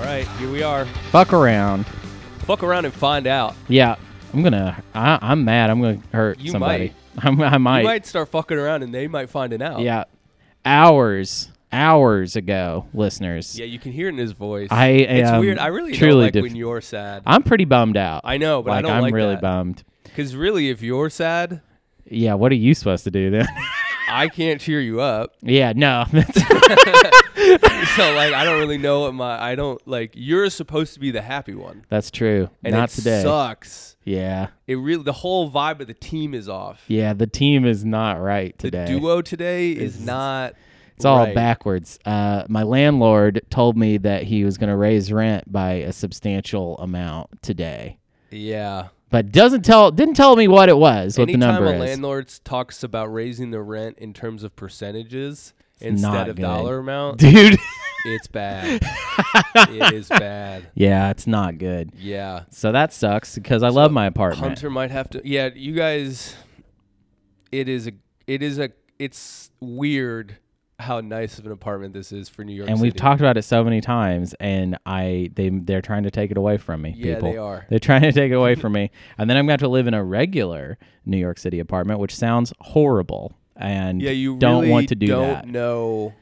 right, here we are. Fuck around. Fuck around and find out. Yeah, I'm gonna. I, I'm mad. I'm gonna hurt You somebody. I'm, I might. You might start fucking around and they might find it out. Yeah, hours, hours ago, listeners. Yeah, you can hear it in his voice. I it's am weird. I really truly don't like diff- when you're sad. I'm pretty bummed out. I know, but I like, don't I'm like really that. bummed. Because really, if you're sad, Yeah, what are you supposed to do then? I can't cheer you up. yeah, no. that's- So like, I don't really know what my I don't like. You're supposed to be the happy one, That's true. and Not it today. sucks. Yeah. It really the whole vibe of the team is off. Yeah, the team is not right The today. duo today is not. it's all right. backwards. Uh, my landlord told me that he was going to raise rent by a substantial amount today, Yeah. but doesn't tell didn't tell me what it was, what the Anytime number a is. landlord talks about raising the rent in terms of percentages not instead of good. dollar amount, Dude. it's bad. it is bad. yeah, it's not good. Yeah. So that sucks because I love my apartment. Hunter might have to. Yeah, you guys. It is a. It is a. It's weird how nice of an apartment this is for New York. and we've City. talked about it so many times and I they they're trying to take it away from me, Yeah, people. they are. They're trying to take it away from me. And then I'm going to have to live in a regular New York City apartment, which sounds horrible. And Yeah, you don't really want to do don't that. Know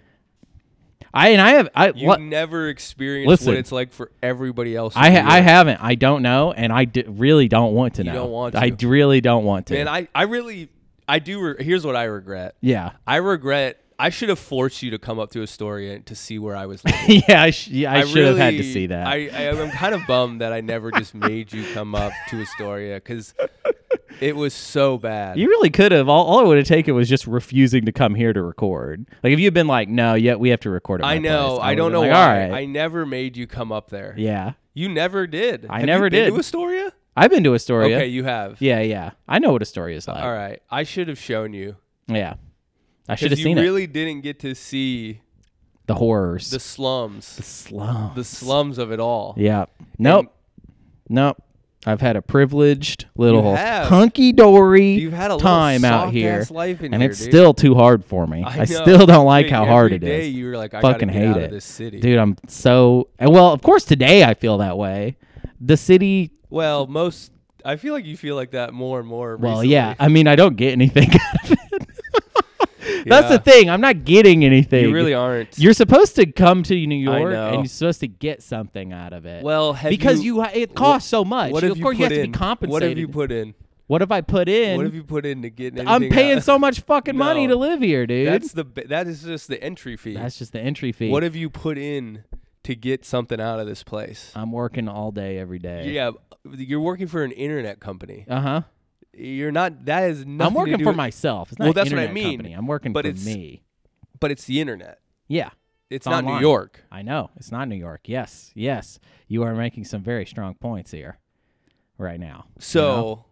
I and I have I you what never experienced Listen. what it's like for everybody else. in I New ha- I York. haven't. I don't know, and I d- really don't want to You know. don't want I to. d- really don't want to. Man, I I really I do. Re- here's what I regret. yeah, I regret. I should have forced you to come up to Astoria and to see where I was. Living. yeah. I, sh- yeah, I, should have had to really- see that. I, I am kind of bummed that I never just made you come up to Astoria because it was so bad. you really could have. All, all it would have taken was just refusing to come here to record. Like if you'd been like, no, yet we have to record. At I my know. place," I would've don't been know like, why. All right. I never made you come up there. yeah, You never did. I Have you never been did. To Astoria? I've been to Astoria. Okay, you have. Yeah, yeah. I know what Astoria's like. All right. I should have shown you. Yeah, I should Because have you seen it. really didn't get to see The horrors. the slums, slum. the slums of it all. Yeah. Nope. nope. I've had a privileged little have. hunky dory You've had a little time out soft-ass here, life in and here, it's dude. still too hard for me. I, know. still don't like Dude, how hard every it day is. You were like, I Fucking gotta get hate out it, of this city. dude. I'm so and well. Of course, today I feel that way. The city. Well, most I feel like you feel like that more and more. Well, recently. yeah. I mean, I don't get anything. out of it. That's Yeah. the thing. I'm not getting anything. You really aren't. You're supposed to come to New I York and know. you're supposed to get something out of it. well have because you, ha it costs so much. What You- have of you course, put you have in? to be compensated. What have you put in? What have I put in? What have you put in to get? I'm anything paying out? so much fucking money No. to live here, dude. That's That's, the ba- that is just the entry fee. just the entry fee. what have you put in to get something out of this place? I'm working all day every day. Yeah, you're working for an internet company. Uh huh. You're not. That is nothing. I'm to working do for with- myself. It's not Well, an that's what I internet mean, Company. I'm working but for it's- me. But it's the internet. Yeah. It's not online. New York. I know. It's not New York. Yes. Yes. You are making some very strong points here, right now. you know? So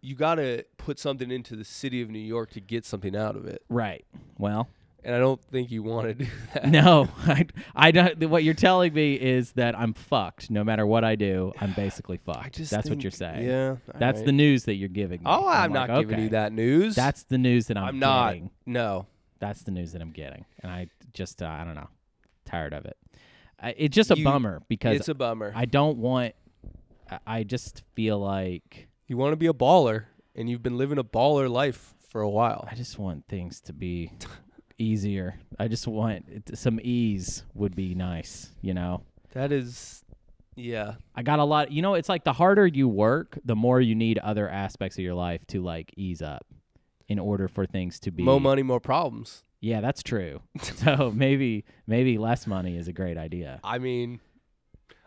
you gotta put something into the city of New York to get something out of it. Right. Well. And I don't think you want to do that. No, I, I don't. What you're telling me is that I'm fucked. No matter what I do, I'm basically fucked. That's what you're saying. Yeah. That's the news that you're giving me. Oh, I'm, like, not giving okay. you that news. That's the news that I'm, I'm not. getting. No. That's the news that I'm getting, and I just uh, I don't know, tired of it. I, it's just a You- bummer because It's a bummer. I don't want. I, I just feel like you want to be a baller, and you've been living a baller life for a while. I just want things to be easier. I just want it, some ease would be nice, you know. That is, yeah. I got a lot. You know, it's like the harder you work, the more you need other aspects of your life to like ease up in order for things to be More money, more problems. Yeah, that's true. so maybe maybe less money is a great idea. I mean,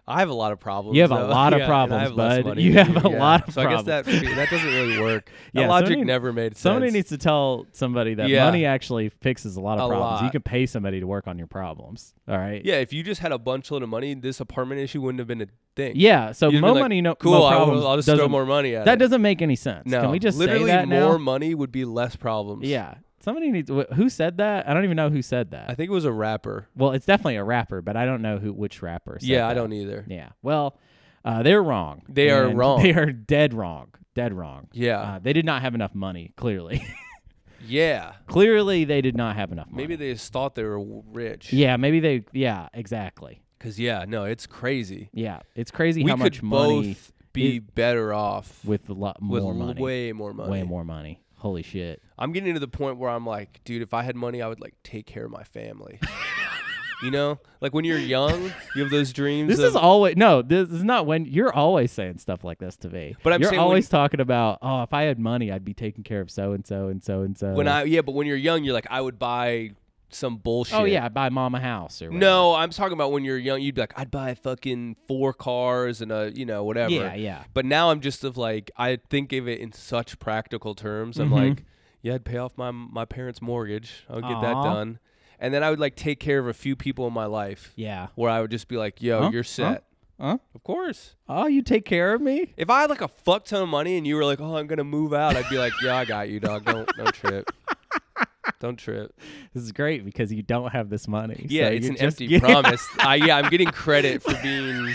I have a lot of problems. You have a though. lot of Yeah, and I problems, have less bud. money You than have a lot of so I guess that that doesn't really work. That Yeah, logic somebody- never made sense. Somebody needs to tell somebody that Yeah. money actually fixes a lot of A problems. You lot. can pay somebody to work on your problems. All right. Yeah, if you just had a bunch load of money, this apartment issue wouldn't have been a thing. Yeah. So You'd have been more like, money, no, cool. no I will- problems. I'll, just doesn't, throw more money at That it. doesn't make any sense. No, Can we just literally say that more now? money would be less problems. Yeah. Somebody needs. wh- Who said that? I don't even know who said that. I think it was a rapper. well, it's definitely a rapper, but I don't know who which rapper. Said yeah, that. I don't either. Yeah. Well, uh, they're wrong. They are And wrong. They are dead wrong. Dead wrong. Yeah, Uh, they did not have enough money. Clearly, yeah. clearly they did not have enough money. Maybe they just thought they were w- rich. Yeah, maybe they. Yeah, exactly. Cause yeah, no, it's crazy. Yeah, it's crazy we how could much money both be better off with a lot with more money, way more money. way more money. Holy shit! I'm getting to the point where I'm like, dude, if I had money, I would like take care of my family. you know, like when you're young, you have those dreams. This of, is always no. This is not when you're always saying stuff like this to me. But I'm you're saying when- always talking about oh, if I had money, I'd be taking care of so and so and so and so. when I yeah, but when you're young, you're like, I would buy some bullshit. oh yeah, I'd buy mom a house or whatever. No, I'm talking about when you're young. You'd be like, I'd buy fucking four cars and a you know whatever. Yeah, yeah. But now I'm just of like I think of it in such practical terms. I'm Mm-hmm. like, yeah, I'd pay off my my parents' mortgage. I would get that Aw. done, and then I would like take care of a few people in my life. Yeah. Where I would just be like, yo, Huh? you're set. Huh? Of course. Oh, you take care of me? If I had like a fuck ton of money and you were like, "Oh, I'm gonna move out," I'd be like, "Yeah, I got you, dog. Don't don't trip. Don't trip." This is great because you don't have this money. Yeah, so it's you're an just empty getting- promise. I, yeah, I'm getting credit for being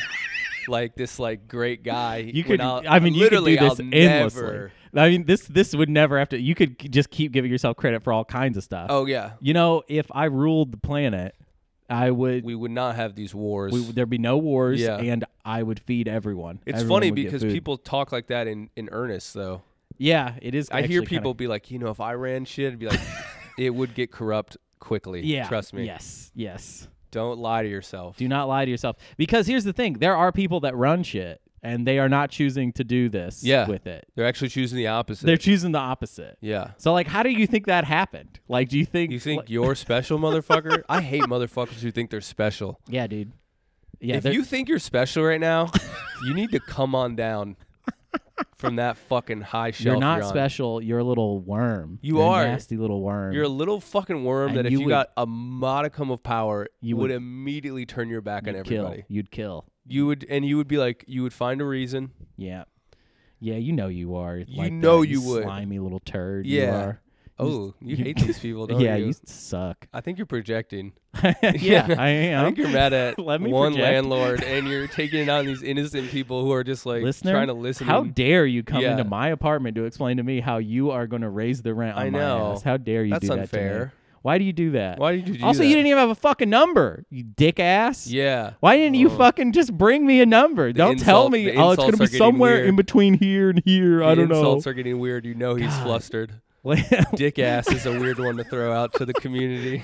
like this like great guy. You when could. I'll- I mean, you could literally, do this I'll endlessly. never- I mean, this this would never have to. You could c- just keep giving yourself credit for all kinds of stuff. Oh yeah, You know, if I ruled the planet, I would. we would not have these wars. we, there'd be no wars, Yeah. and I would feed everyone. it's Everyone funny would get because food. people talk like that in in earnest though. Yeah, it is. I hear actually kinda- people be like, you know, if I ran shit, I'd be like, it would get corrupt quickly. yeah. trust me. Yes. Yes. Don't lie to yourself. Do not lie to yourself. Because here's the thing: there are people that run shit, and they are not choosing to do this. Yeah. With it, They're actually choosing the opposite. they're choosing the opposite. yeah. So, like, how do you think that happened? Like, do you think? You think you're special, motherfucker? I hate motherfuckers who think they're special. yeah, dude. Yeah. if they're- you think you're special right now, you need to come on down from that fucking high shelf. you're not on. special. You're a little worm. You You're a are. nasty little worm. You're a little fucking worm And that if you you, would- got a modicum of power, you You would, would- immediately turn your back on You'd kill. everybody. You'd kill. You would, and you would be like, you would find a reason. Yeah. Yeah, you know you are. You like know that, you would. Slimy little turd. You Yeah. are. Oh, you, you- hate these people, don't yeah, you? you suck. I think you're projecting. yeah, I I am. think you're mad at Let me one project. landlord, and you're taking it on these innocent people who are just like Listener, trying to listen. how and- dare you come Yeah. into my apartment to explain to me how you are going to raise the rent on I my know. house? How dare you That's do that to me? unfair. Why do you do that? Why did you do also, that? you didn't even have a fucking number, you dick ass. Yeah. Why didn't you Oh. fucking just bring me a number? Don't tell insult- me, the oh, insults it's going to are be getting somewhere weird. in between here and here. I The don't know. Insults are getting weird. You know he's flustered. Dick ass is a weird one to throw out to the community.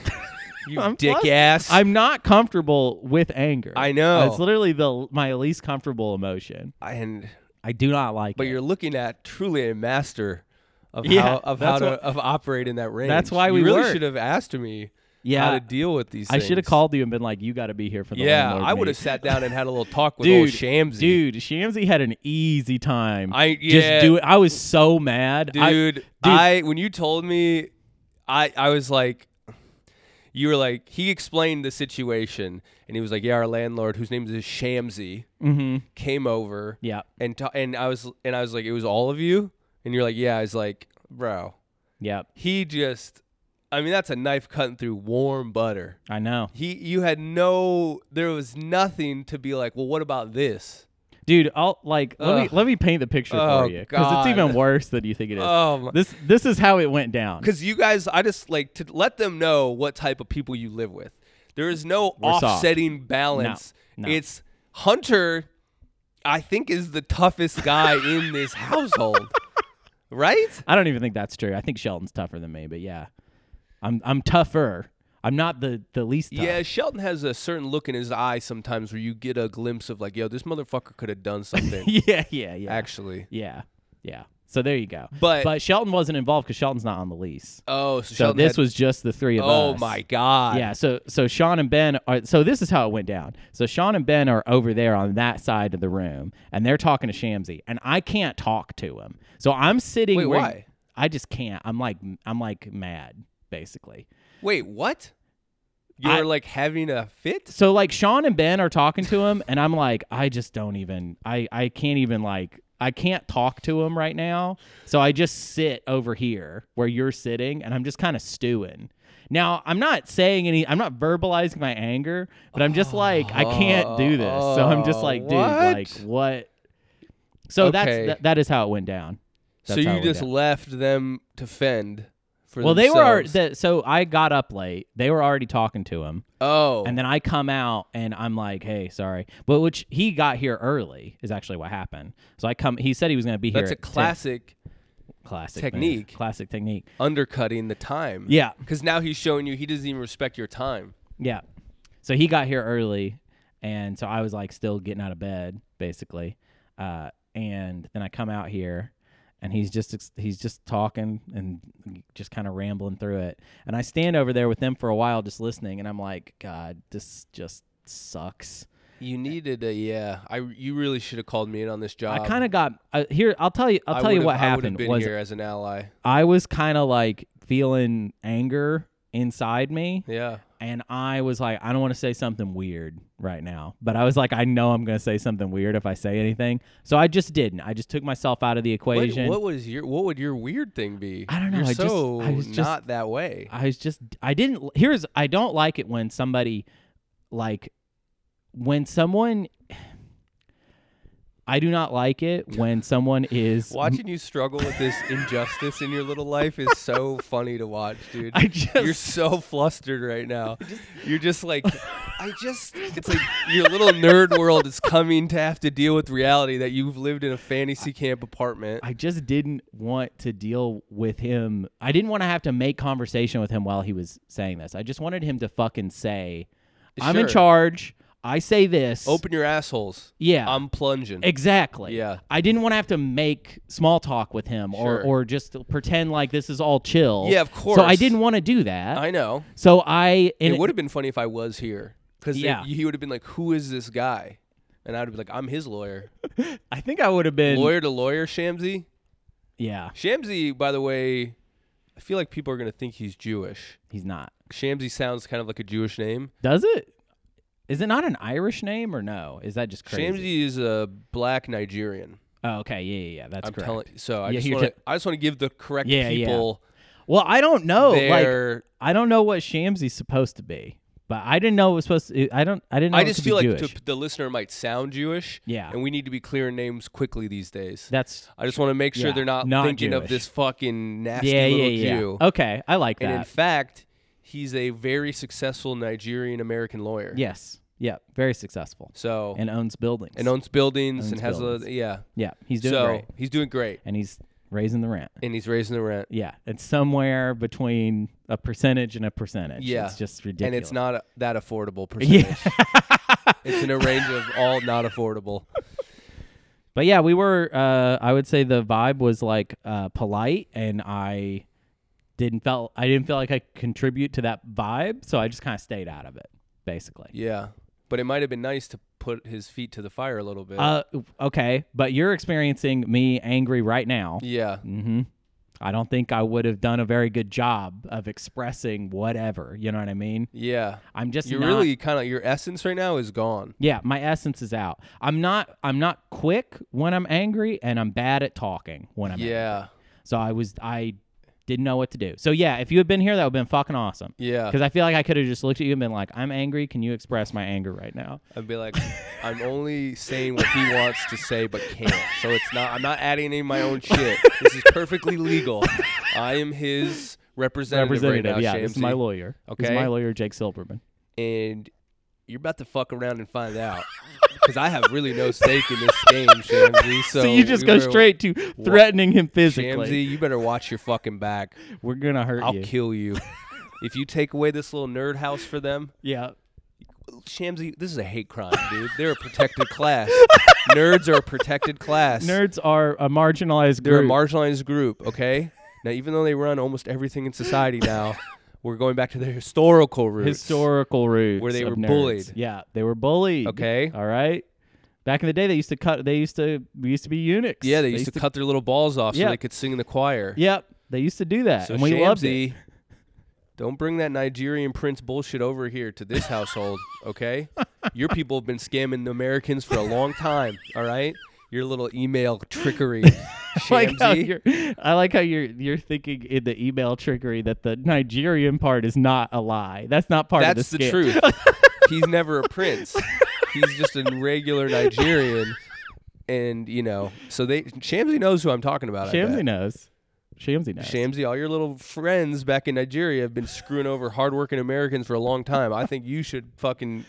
you I'm dick flustered. ass. I'm not comfortable with anger. I know. It's literally the my least comfortable emotion. and I do not like but it. you're looking at truly a master of Yeah, how of how that's to what- of operate in that range. that's why You we really work. should have asked me yeah. how to deal with these. I should have things. called you and been like, "You got to be here for the Yeah, landlord I would have meeting." sat down and had a little talk with old Dude, Shamsy. dude, Shamsy had an easy time. I yeah, just do it. I was so mad, dude. I- I, when you told me, I I was like, you were like, he explained the situation, and he was like, yeah, our landlord, whose name is Shamsy, mhm. came over, Yeah, and ta- and I was and I was like, it was all of you, and you're like, yeah, I was like, bro, yeah, he just, I mean, that's a knife cutting through warm butter. I know, He, you had no, there was nothing to be like, well, what about this? dude. I'll like let me Ugh. let me paint the picture Oh, for you because God. it's even worse than you think it is. Oh my. this this is how it went down. because you guys, I just like to let them know what type of people you live with. There is no We're soft. offsetting balance. no. It's Hunter. I think is the toughest guy in this household, right? I don't even think that's true. I think Shelton's tougher than me, but yeah, I'm I'm tougher. I'm not the the least. Tough. Yeah, Shelton has a certain look in his eye sometimes where you get a glimpse of like, yo, this motherfucker could have done something yeah, yeah, yeah. actually. Yeah, yeah. So there you go. But, But Shelton wasn't involved because Shelton's not on the lease. oh, so, So Shelton this had- was just the three of oh us. my god, Yeah. So so Sean and Ben are. So this is how it went down. So Sean and Ben are over there on that side of the room, and they're talking to Shamsy, and I can't talk to him. So I'm sitting. Wait, where- why? I just can't. I'm like I'm like mad basically. Wait, what? I- You're like having a fit? So like Sean and Ben are talking to him, and I'm like I just don't even. I I can't even like. I can't talk to him right now. So I just sit over here where you're sitting and I'm just kind of stewing. Now, I'm not saying any, I'm not verbalizing my anger, but I'm just like, I can't do this. So I'm just like, dude, like, Uh, What? what? So that's Okay. that, that is how it went down. So That's how you it went just down. left them to fend for well, they were already, themselves. the, so I got up late. They were already talking to him, oh, and then I come out and I'm like, "Hey, sorry," but which he got here early is actually what happened. So I come. He said he was going to be here. that's a at 10 classic classic technique. move. Classic technique. undercutting the time. Yeah, because now he's showing you he doesn't even respect your time. yeah. So he got here early, and so I was like still getting out of bed basically, uh, and then I come out here. And he's just ex- he's just talking and just kind of rambling through it. And I stand over there with them for a while, just listening. And I'm like, God, this just sucks. You needed a yeah. I you really should have called me in on this job. I kind of got uh, here. I'll tell you. I'll Um, I tell you would've- what I would've happened Been was here as an ally. I was kind of like feeling anger inside me, Yeah. and I was like, I don't want to say something weird right now, but I was like, I know I'm gonna say something weird if I say anything, so I just didn't. I just took myself out of the What, equation. what was your what would your weird thing be? I don't know, You're I just- so I was just- not that way. I was just I didn't here's I don't like it when somebody like when someone I do not like it when someone is Watching you struggle with this injustice in your little life is so funny to watch, dude. I just You're so flustered right now. You're just like, I just, it's like your little nerd world is coming to have to deal with reality that you've lived in a fantasy camp apartment. I just didn't want to deal with him. I didn't want to have to make conversation with him while he was saying this. I just wanted him to fucking say, "I'm in Sure. charge. I say this." Open your assholes. yeah. I'm plunging. exactly. Yeah. I didn't want to have to make small talk with him or Sure. or just pretend like this is all chill. Yeah, of So I course. didn't want to do that. I know. so I and it would have been funny if I was here because Yeah. he would have been like, "Who is this guy?" And I'd be like, "I'm his lawyer, I think I would have been lawyer to lawyer." Shamsi, Yeah, Shamsi, by the way, I feel like people are gonna think he's Jewish. he's not. Shamsi sounds kind of like a Jewish name. Does it? Is it not an Irish name or no? Is that just crazy? Shamsi is a black Nigerian. Oh, okay. Yeah, yeah, yeah. That's I'm correct. telling. So I Yeah, just you're want to. te- I just want to give the correct Yeah, yeah. people Well, I don't know. Like their. I don't know what Shamsi's supposed to be, but I didn't know it was supposed to. I don't. I didn't. Know I it just could feel be like Jewish. to, the listener might sound Jewish. Yeah. And we need to be clearing names quickly these days. that's I just want to make sure Yeah, they're not, not thinking of Jewish. this fucking nasty yeah, yeah, little yeah. Jew. Okay, I like And in that. fact, he's a very successful Nigerian American lawyer. yes, yeah, very successful So and, and owns buildings. owns buildings Owns and has buildings. a yeah. yeah, he's doing so great, he's doing great. and he's raising the rent. And he's raising the rent. Yeah, it's somewhere between a percentage and a percentage. Yeah. it's just ridiculous. And it's not a- that affordable percentage. Yeah, it's in a range of all not affordable. but yeah, we were. Uh, I would say the vibe was like uh, polite, and I didn't felt I didn't feel like I could contribute to that vibe, so I just kind of stayed out of it, basically. Yeah. But it might have been nice to put his feet to the fire a little bit. Uh, okay, but you're experiencing me angry right now. yeah. Mm-hmm. I don't think I would have done a very good job of expressing whatever. You know what I mean? Yeah. I'm just You're not- really kind of your essence right now is gone. yeah. My essence is out. I'm not. I'm not quick when I'm angry, and I'm bad at talking when I'm. angry. Yeah. So I was. I didn't know what to do. So yeah, if you had been here, that would have been fucking awesome. Yeah. Because I feel like I could have just looked at you and been like, "I'm angry. Can you express my anger right now?" I'd be like, I'm only saying what he wants to say, but can't. So it's not. I'm not adding any of my own shit. This is perfectly legal. I am his representative, Representative, right now, yeah, this is Shamsi. my lawyer. This Okay. is my lawyer, Jake Silverman. and you're about to fuck around and find out because I have really no stake in this game, Shamsi. So, So, you just we go better- straight to threatening him physically. Shamsi, you better watch your fucking back. We're gonna hurt I'll you. kill you. If you take away this little nerd house for them, yeah. Shamsi, this is a hate crime, dude. They're a protected class. Nerds are a protected class. Nerds are a marginalized They're group. a marginalized group, okay? now, even though they run almost everything in society now, we're going back to their historical roots. historical roots Where they of were nerds. bullied. Yeah, they were bullied. Okay. All right. Back in the day, they used to cut. They used to. We used to be eunuchs. Yeah, they used, to, cut their little balls off Yeah. so they could sing in the choir. Yep. They used to do that, So and we loved it. Shamsi, Don't bring that Nigerian prince bullshit over here to this household, okay? Your people have been scamming the Americans for a long time, all right? Your little email trickery, Like how Shamsi. Oh you're, I like how you're you're thinking in the email trickery that the Nigerian part is not a lie. That's not part That's of the the, scam. truth. He's never a prince. He's just a regular Nigerian. And you know, so they Shamsi knows who I'm talking about. I bet. Shamsi knows. Shamsy knows. Shamsi, all your little friends back in Nigeria have been screwing over hardworking Americans for a long time. I think you should fucking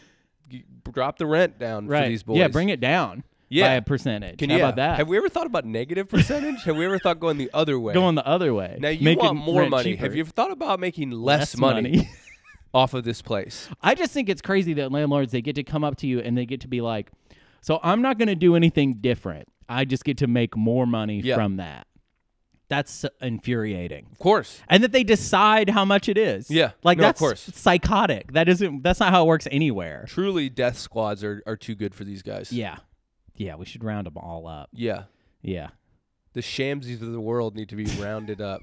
g- drop the rent down right. for these boys. Yeah, bring it down Yeah. by a percentage. Can How you about that? Have we ever thought about negative percentage? have we ever thought going the other way? Going the other way. now you Making want more rent money. cheaper. Have you ever thought about making less, Less money, money. off of this place? I just think it's crazy that landlords they get to come up to you and they get to be like, "So I'm not going to do anything different. I just get to make more money Yeah. from that." That's infuriating. Of course. And that they decide how much it is. Yeah. like No, of that's course. psychotic. That isn't. That's not how it works anywhere. Truly, death squads are, are too good for these guys. Yeah, yeah. We should round them all up. Yeah. Yeah, The shamsies of the world need to be rounded up,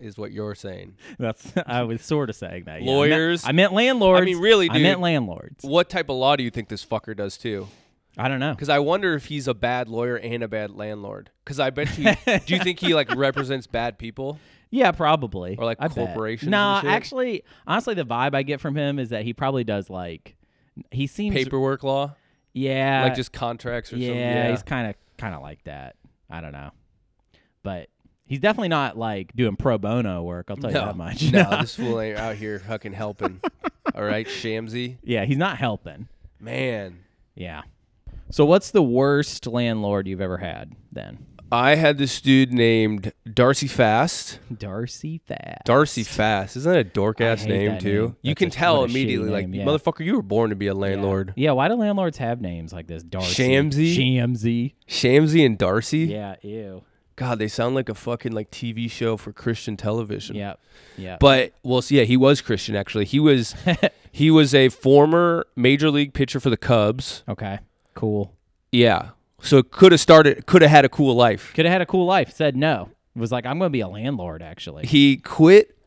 is what you're saying. that's. I was sort of saying that. yeah. I meant- Lawyers. I meant, landlords. I mean, really, I dude. meant landlords. What type of law do you think this fucker does too? I don't know. Because I wonder if he's a bad lawyer and a bad landlord. Because I bet you. do you think he like represents bad people? Yeah, probably. Or, like, I bet. corporations and Nah, shit? actually, honestly, the vibe I get from him is that he probably does like he seems Paperwork law, Yeah, like just contracts or yeah, something. Yeah, he's kind of kind of like that. I don't know, but he's definitely not like doing pro bono work. I'll tell you that much. no, this fool ain't out here fucking helping. All right, Shamsy, yeah, he's not helping. man. Yeah. So what's the worst landlord you've ever had then? I had this dude named Darcy Fast. Darcy Fat. Darcy Fast, isn't that a dork I ass hate name that too? name. You That's can a- tell what a shitty immediately, like name, yeah. motherfucker, you were born to be a landlord. Yeah, why do landlords have names like this? Darcy. Shamsy? Shamsy. Shamsy and Darcy. Yeah, ew. God, they sound like a fucking like TV show for Christian television. Yep. Yep. But well, so yeah, he was Christian actually. He was he was a former major league pitcher for the Cubs. Okay. Cool. Yeah. So could have started could have had a cool life. Could have had a cool life. Said no. Was like, I'm going to be a landlord, actually. He quit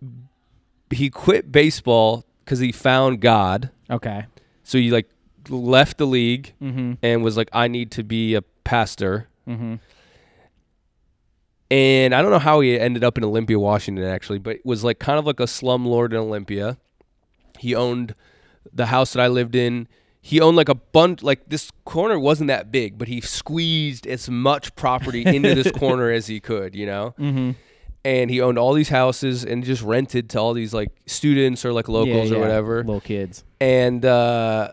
he quit baseball cuz he found God. Okay. So he like left the league and was like I need to be a pastor. And I don't know how he ended up in Olympia, Washington actually, but was like kind of like a slumlord in Olympia. He owned the house that I lived in. He owned like a bunch, like this corner wasn't that big, but he squeezed as much property into this corner as he could, you know? Mm-hmm. And he owned all these houses and just rented to all these like students or like locals or whatever. Little kids. And uh,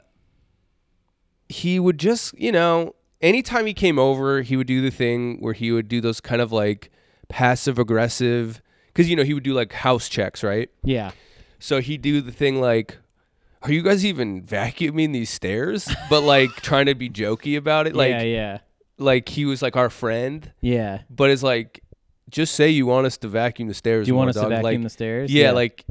he would just, you know, anytime he came over, he would do the thing where he would do those kind of like passive aggressive, because, you know, he would do like house checks, right? Yeah. So he'd do the thing like, are you guys even vacuuming these stairs? But like trying to be jokey about it. Like yeah. Yeah. like he was like our friend. Yeah. But it's like, just say you want us to vacuum the stairs. Do you more, want us dog. to vacuum like, the stairs? Yeah, like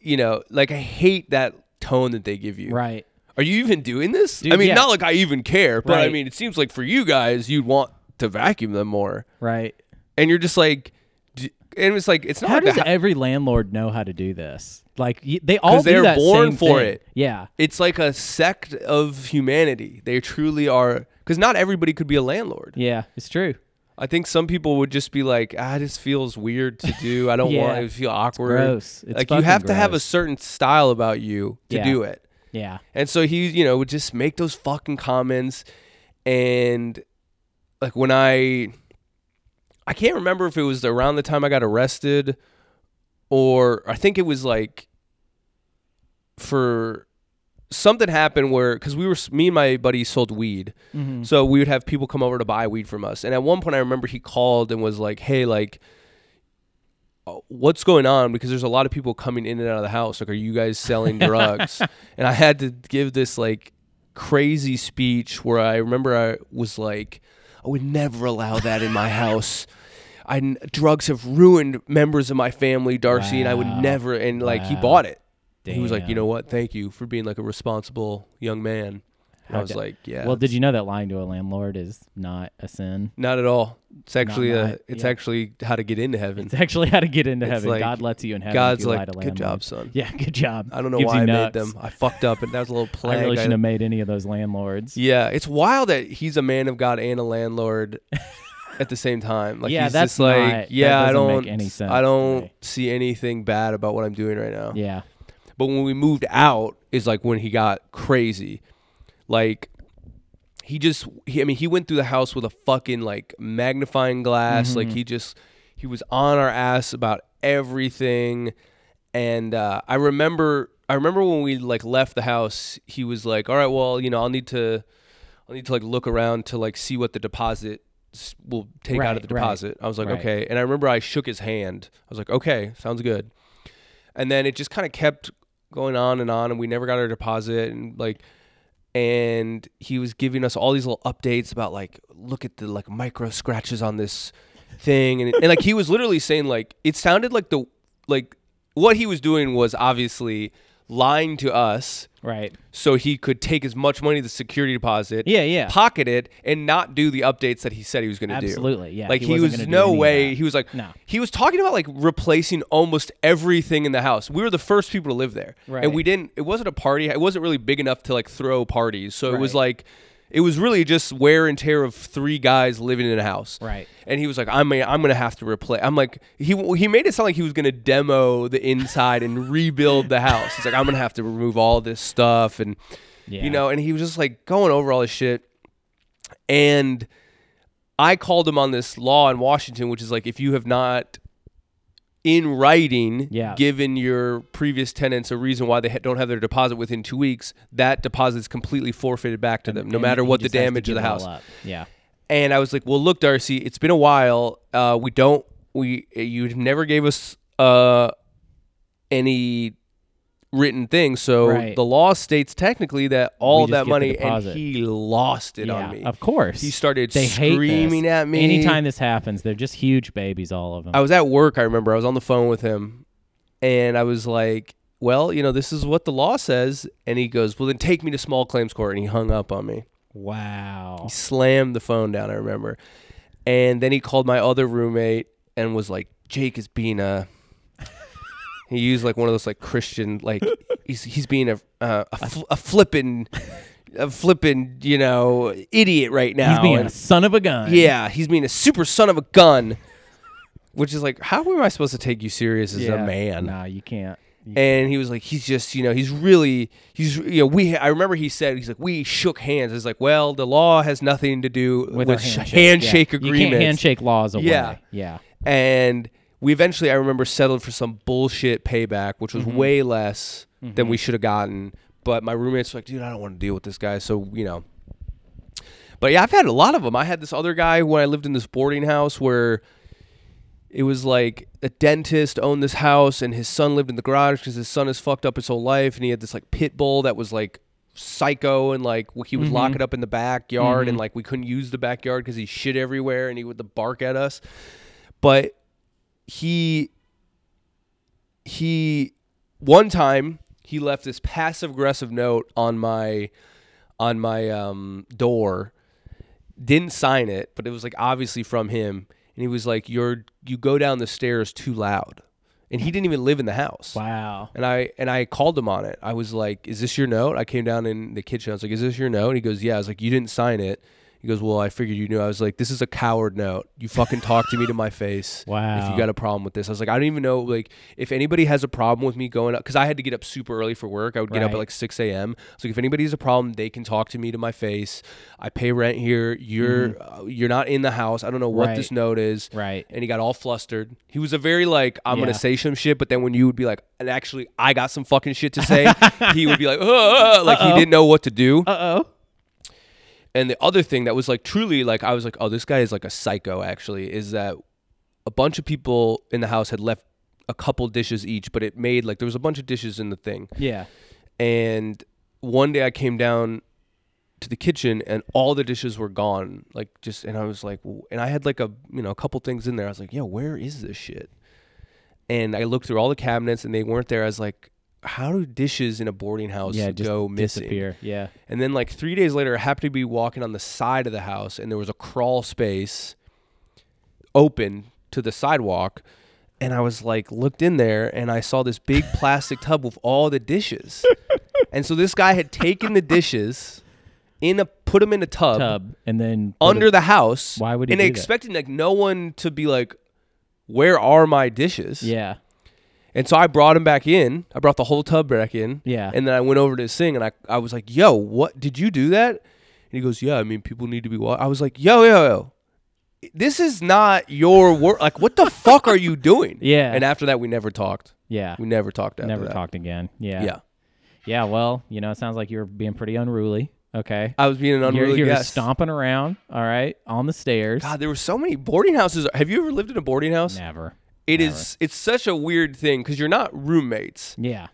you know, like I hate that tone that they give you. Right. Are you even doing this? I Dude, mean, yeah. not like I even care, but I Right. mean it seems like for you guys you'd want to vacuum them more. Right. And you're just like d- and it's like it's not How like does the, ho- every landlord know how to do this? Like, y- they all 'Cause do they're that born same for thing. it. Yeah. it's like a sect of humanity. They truly are because not everybody could be a landlord. Yeah. It's true. I think some people would just be like, ah, this feels weird to do. I don't Yeah. want it to feel awkward. gross. It's like you fucking have to have a gross. certain style about you to Yeah. do it. Yeah. And so he, you know, would just make those fucking comments. And like when I, I can't remember if it was around the time I got arrested or I think it was like for something happened where, because we were, s- me and my buddy sold weed. Mm-hmm. So we would have people come over to buy weed from us. And at one point, I remember he called and was like, hey, like, uh, what's going on because there's a lot of people coming in and out of the house like are you guys selling drugs and i had to give this like crazy speech where i remember i was like i would never allow that in my house i n- drugs have ruined members of my family darcy and i would Wow. never and like he Wow. bought it he was like you Damn. know what thank you for being like a responsible young man And i How was da- like yeah Well, did you know that lying to a landlord is not a sin? not at all it's actually uh not- it's yeah. actually how to get into heaven It's actually how to get into It's heaven. like, God lets you in heaven. if god's you lie like to good job landlords." son Yeah, good job. I don't know Gives why you I made nuts. them. I fucked up, and that was a little I plague. really I- shouldn't have made any of those landlords. yeah, it's wild that he's a man of God and a landlord at the same time. Like Yeah, he's that's just like, not- that yeah, I doesn't don't, make any sense I to don't me. see anything bad about what I'm doing right now. Yeah. But when we moved out, is like when he got crazy. Like Mm-hmm. he just, he, I mean, he went through the house with a fucking like magnifying glass. Like he just, He was on our ass about everything, and uh, I remember I remember when we like left the house, he was like, "All right, well, you know, I'll need to I'll need to like look around to like see what the deposit s- will take out Right, of the right. deposit." I was like, Right. "Okay," and I remember I shook his hand. I was like, "Okay, sounds good," and then it just kind of kept going on and on, and we never got our deposit, and like and he was giving us all these little updates about like look at the like micro scratches on this thing and, and like he was literally saying like it sounded like the like what he was doing was obviously lying to us Right. so he could take as much money as the security deposit Yeah, yeah. pocket it and not do the updates that he said he was going to do Absolutely, yeah. like He he, wasn't was gonna do no any of way that. he was like No. he was talking about like replacing almost everything in the house. We were the first people to live there, Right. and we didn't. It wasn't a party. It wasn't really big enough to like throw parties. So it was Right. like, it was really just wear and tear of three guys living in a house. Right. And he was like, I'm I'm gonna have to replace. I'm like he he made it sound like he was gonna demo the inside and rebuild the house. He's like, I'm gonna have to remove all this stuff and Yeah. you know, and he was just like going over all this shit. And I called him on this law in Washington, which is like if you have not in writing Yeah. given your previous tenants a reason why they ha- don't have their deposit within two weeks, that deposit is completely forfeited back to them, no And matter he what the just has to damage of give the it all house. up. Yeah. And I was like, "Well, look, Darcy, it's been a while. Uh, we don't. We you never gave us uh, any written thing. So Right. the law states technically that all We of just get that the money, and deposit. he lost it yeah. on me. Of course. He started they hate this. screaming at me. Anytime this happens, they're just huge babies, all of them. I was at work. I remember I was on the phone with him, and I was like, "Well, you know, this is what the law says." And he goes, "Well, then take me to small claims court." And he hung up on me. wow. He slammed the phone down, I remember. And then he called my other roommate and was like, Jake is being a. He used like one of those like Christian, like he's he's being a uh, a, fl- a flippin', a flippin', you know, idiot right now. He's being And- a son of a gun. yeah, he's being a super son of a gun. Which is like, how am I supposed to take you serious as a Yeah. man? Nah, you can't. and he was like he's just you know he's really he's you know we i remember he said he's like we shook hands it's like well the law has nothing to do with, With, our sh- handshake, handshake yeah. You agreements can't handshake laws away. Yeah. Yeah. and we eventually i remember settled for some bullshit payback which was way less than we should have gotten but my roommates were like dude i don't want to deal with this guy so you know but yeah i've had a lot of them i had this other guy when i lived in this boarding house where it was like a dentist owned this house and his son lived in the garage because his son has fucked up his whole life and he had this like pit bull that was like psycho and like w- he would lock it up in the backyard and like we couldn't use the backyard because he shit everywhere and he would bark at us but he he one time he left this passive aggressive note on my on my um, door didn't sign it but it was like obviously from him and he was like you're you go down the stairs too loud and he didn't even live in the house Wow. and I and I called him on it. I was like, "Is this your note?" I came down in the kitchen. I was like, "Is this your note?" And he goes, "Yeah." I was like, "You didn't sign it." He goes, "Well, I figured you knew." I was like, "This is a coward note. You fucking talk to me to my face. If Wow. you got a problem with this, I was like, I don't even know. Like, if anybody has a problem with me going up, because I had to get up super early for work. I would get up at Right. like six a.m. I was like, if anybody has a problem, they can talk to me to my face. I pay rent here. You're uh, you're not in the house. I don't know what Mm-hmm. Right. this note is Right. and he got all flustered. He was a very like, I'm Yeah. gonna say some shit, but then when you would be like, and actually, I got some fucking shit to say, he would be like, "Uh," like he didn't know what to do. Uh oh. And the other thing that was like truly like, I was like, oh, this guy is like a psycho. Actually, is that a bunch of people in the house had left a couple dishes each, but it made like there was a bunch of dishes in the thing. Yeah. And one day I came down to the kitchen and all the dishes were gone. Like just and I was like w- and I had like a you know a couple things in there. I was like, "Yo, where is this shit?" And I looked through all the cabinets and they weren't there. I was like, "How do dishes in a boarding house Yeah. Just go missing?" disappear. Yeah. And then like 3 days later, I happened to be walking on the side of the house and there was a crawl space open to the sidewalk. And I was like, looked in there and I saw this big plastic tub with all the dishes. and so this guy had taken the dishes in a put them in a tub, Tub and then put under a- the house. Why would he and do that? expecting like no one to be like, where are my dishes? yeah. And so I brought him back in. I brought the whole tub back in. Yeah. And then I went over to sing and I, I was like, yo, what? Did you do that? And he goes, yeah, I mean, people need to be wa-" I was like, yo, yo, yo. this is not your work. Like, what the fuck are you doing? Yeah. And after that, we never talked. Yeah. We never talked after Never that. talked again. Yeah. Yeah. Yeah. Well, you know, it sounds like you're being pretty unruly. Okay. I was being an you're unruly you're guest. stomping around. All right. On the stairs. God, there were so many boarding houses. Have you ever lived in a boarding house? Never. It is. It's such a weird thing because you're not roommates. Yeah.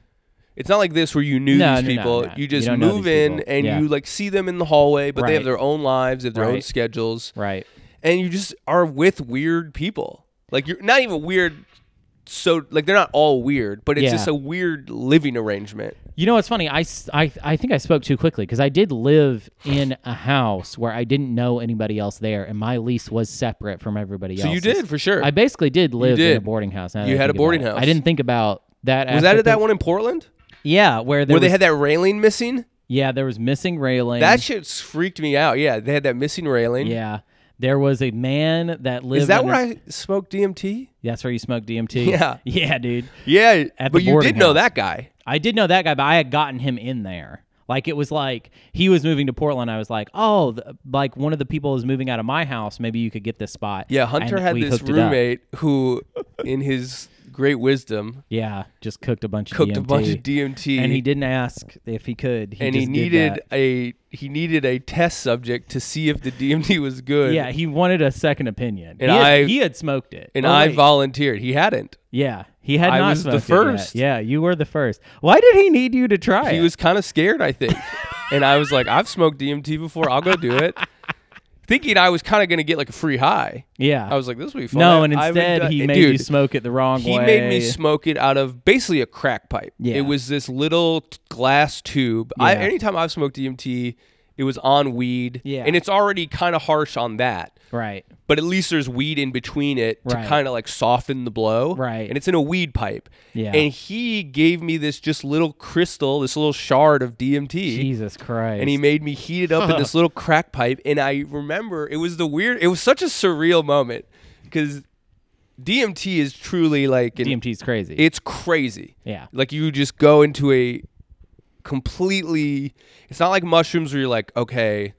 It's not like this where you knew No, these no, no, people. no. You You just don't know move these in people. and Yeah. you like see them in the hallway, but they have Right. their own lives, they have their own Right. schedules, Right. and you just are with weird people. Like you're not even weird. So like they're not all weird, but it's Yeah. just a weird living arrangement. You know, it's funny. I, s- I, I think I spoke too quickly because I did live in a house where I didn't know anybody else there, and my lease was separate from everybody else. So you did for sure. I basically did live in a did. boarding house. now that You I had a think about boarding it. house. I didn't think about that. was that at that one in Portland Yeah, where there where they was- had that railing missing? yeah there was missing railing. That shit freaked me out. Yeah, they had that missing railing. yeah, there was a man that lived. Is that under- where I smoked DMT? That's where you smoked DMT. Yeah. yeah, dude. Yeah, At the but you boarding did know house. that guy. I did know that guy, but I had gotten him in there. Like it was like he was moving to Portland. I was like, oh, th- like one of the people is moving out of my house. Maybe you could get this spot. Yeah, Hunter And had we this hooked it up. roommate who, in his great wisdom, Yeah, just cooked a bunch of cooked a DMT. bunch of DMT, and he didn't ask if he could. He and he just did needed that. a he needed a test subject to see if the DMT was good. Yeah, he wanted a second opinion. And he, had, I- he had smoked it. and Oh, I wait. volunteered. He hadn't. yeah, he had I not was the smoked it yet. first. Yeah, you were the first. Why did he need you to try? He it? was kind of scared, I think. and I was like, I've smoked DMT before. I'll go do it, thinking I was kind of gonna get like a free high. yeah. I was like, this will be fun. no, I- and I haven't instead done- he and made you dude, smoke it the wrong He way. made me smoke it out of basically a crack pipe. Yeah. It was this little t- glass tube. I, Yeah. anytime I've smoked DMT, it was on weed. Yeah. And it's already kind of harsh on that, right. but at least there's weed in between it to Right. kind of like soften the blow. Right. And it's in a weed pipe. Yeah. And he gave me this just little crystal, this little shard of DMT. Jesus Christ. And he made me heat it up in this little crack pipe. And I remember it was the weird, it was such a surreal moment because DMT is truly like an DMT's crazy. it's crazy. yeah. Like you just go into a completely it's not like mushrooms where you're like, okay,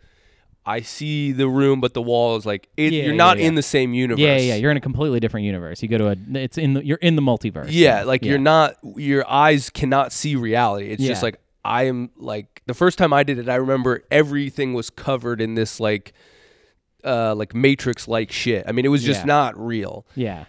I see the room but the wall is like it, Yeah, you're not yeah, yeah. in the same universe. Yeah, yeah, you're in a completely different universe. You go to a it's in the, you're in the multiverse. Yeah, like you're not your eyes cannot see reality. It's just Yeah. like I am like the first time I did it, I remember everything was covered in this like uh like matrix like shit. I mean, it was just Yeah. not real. Yeah.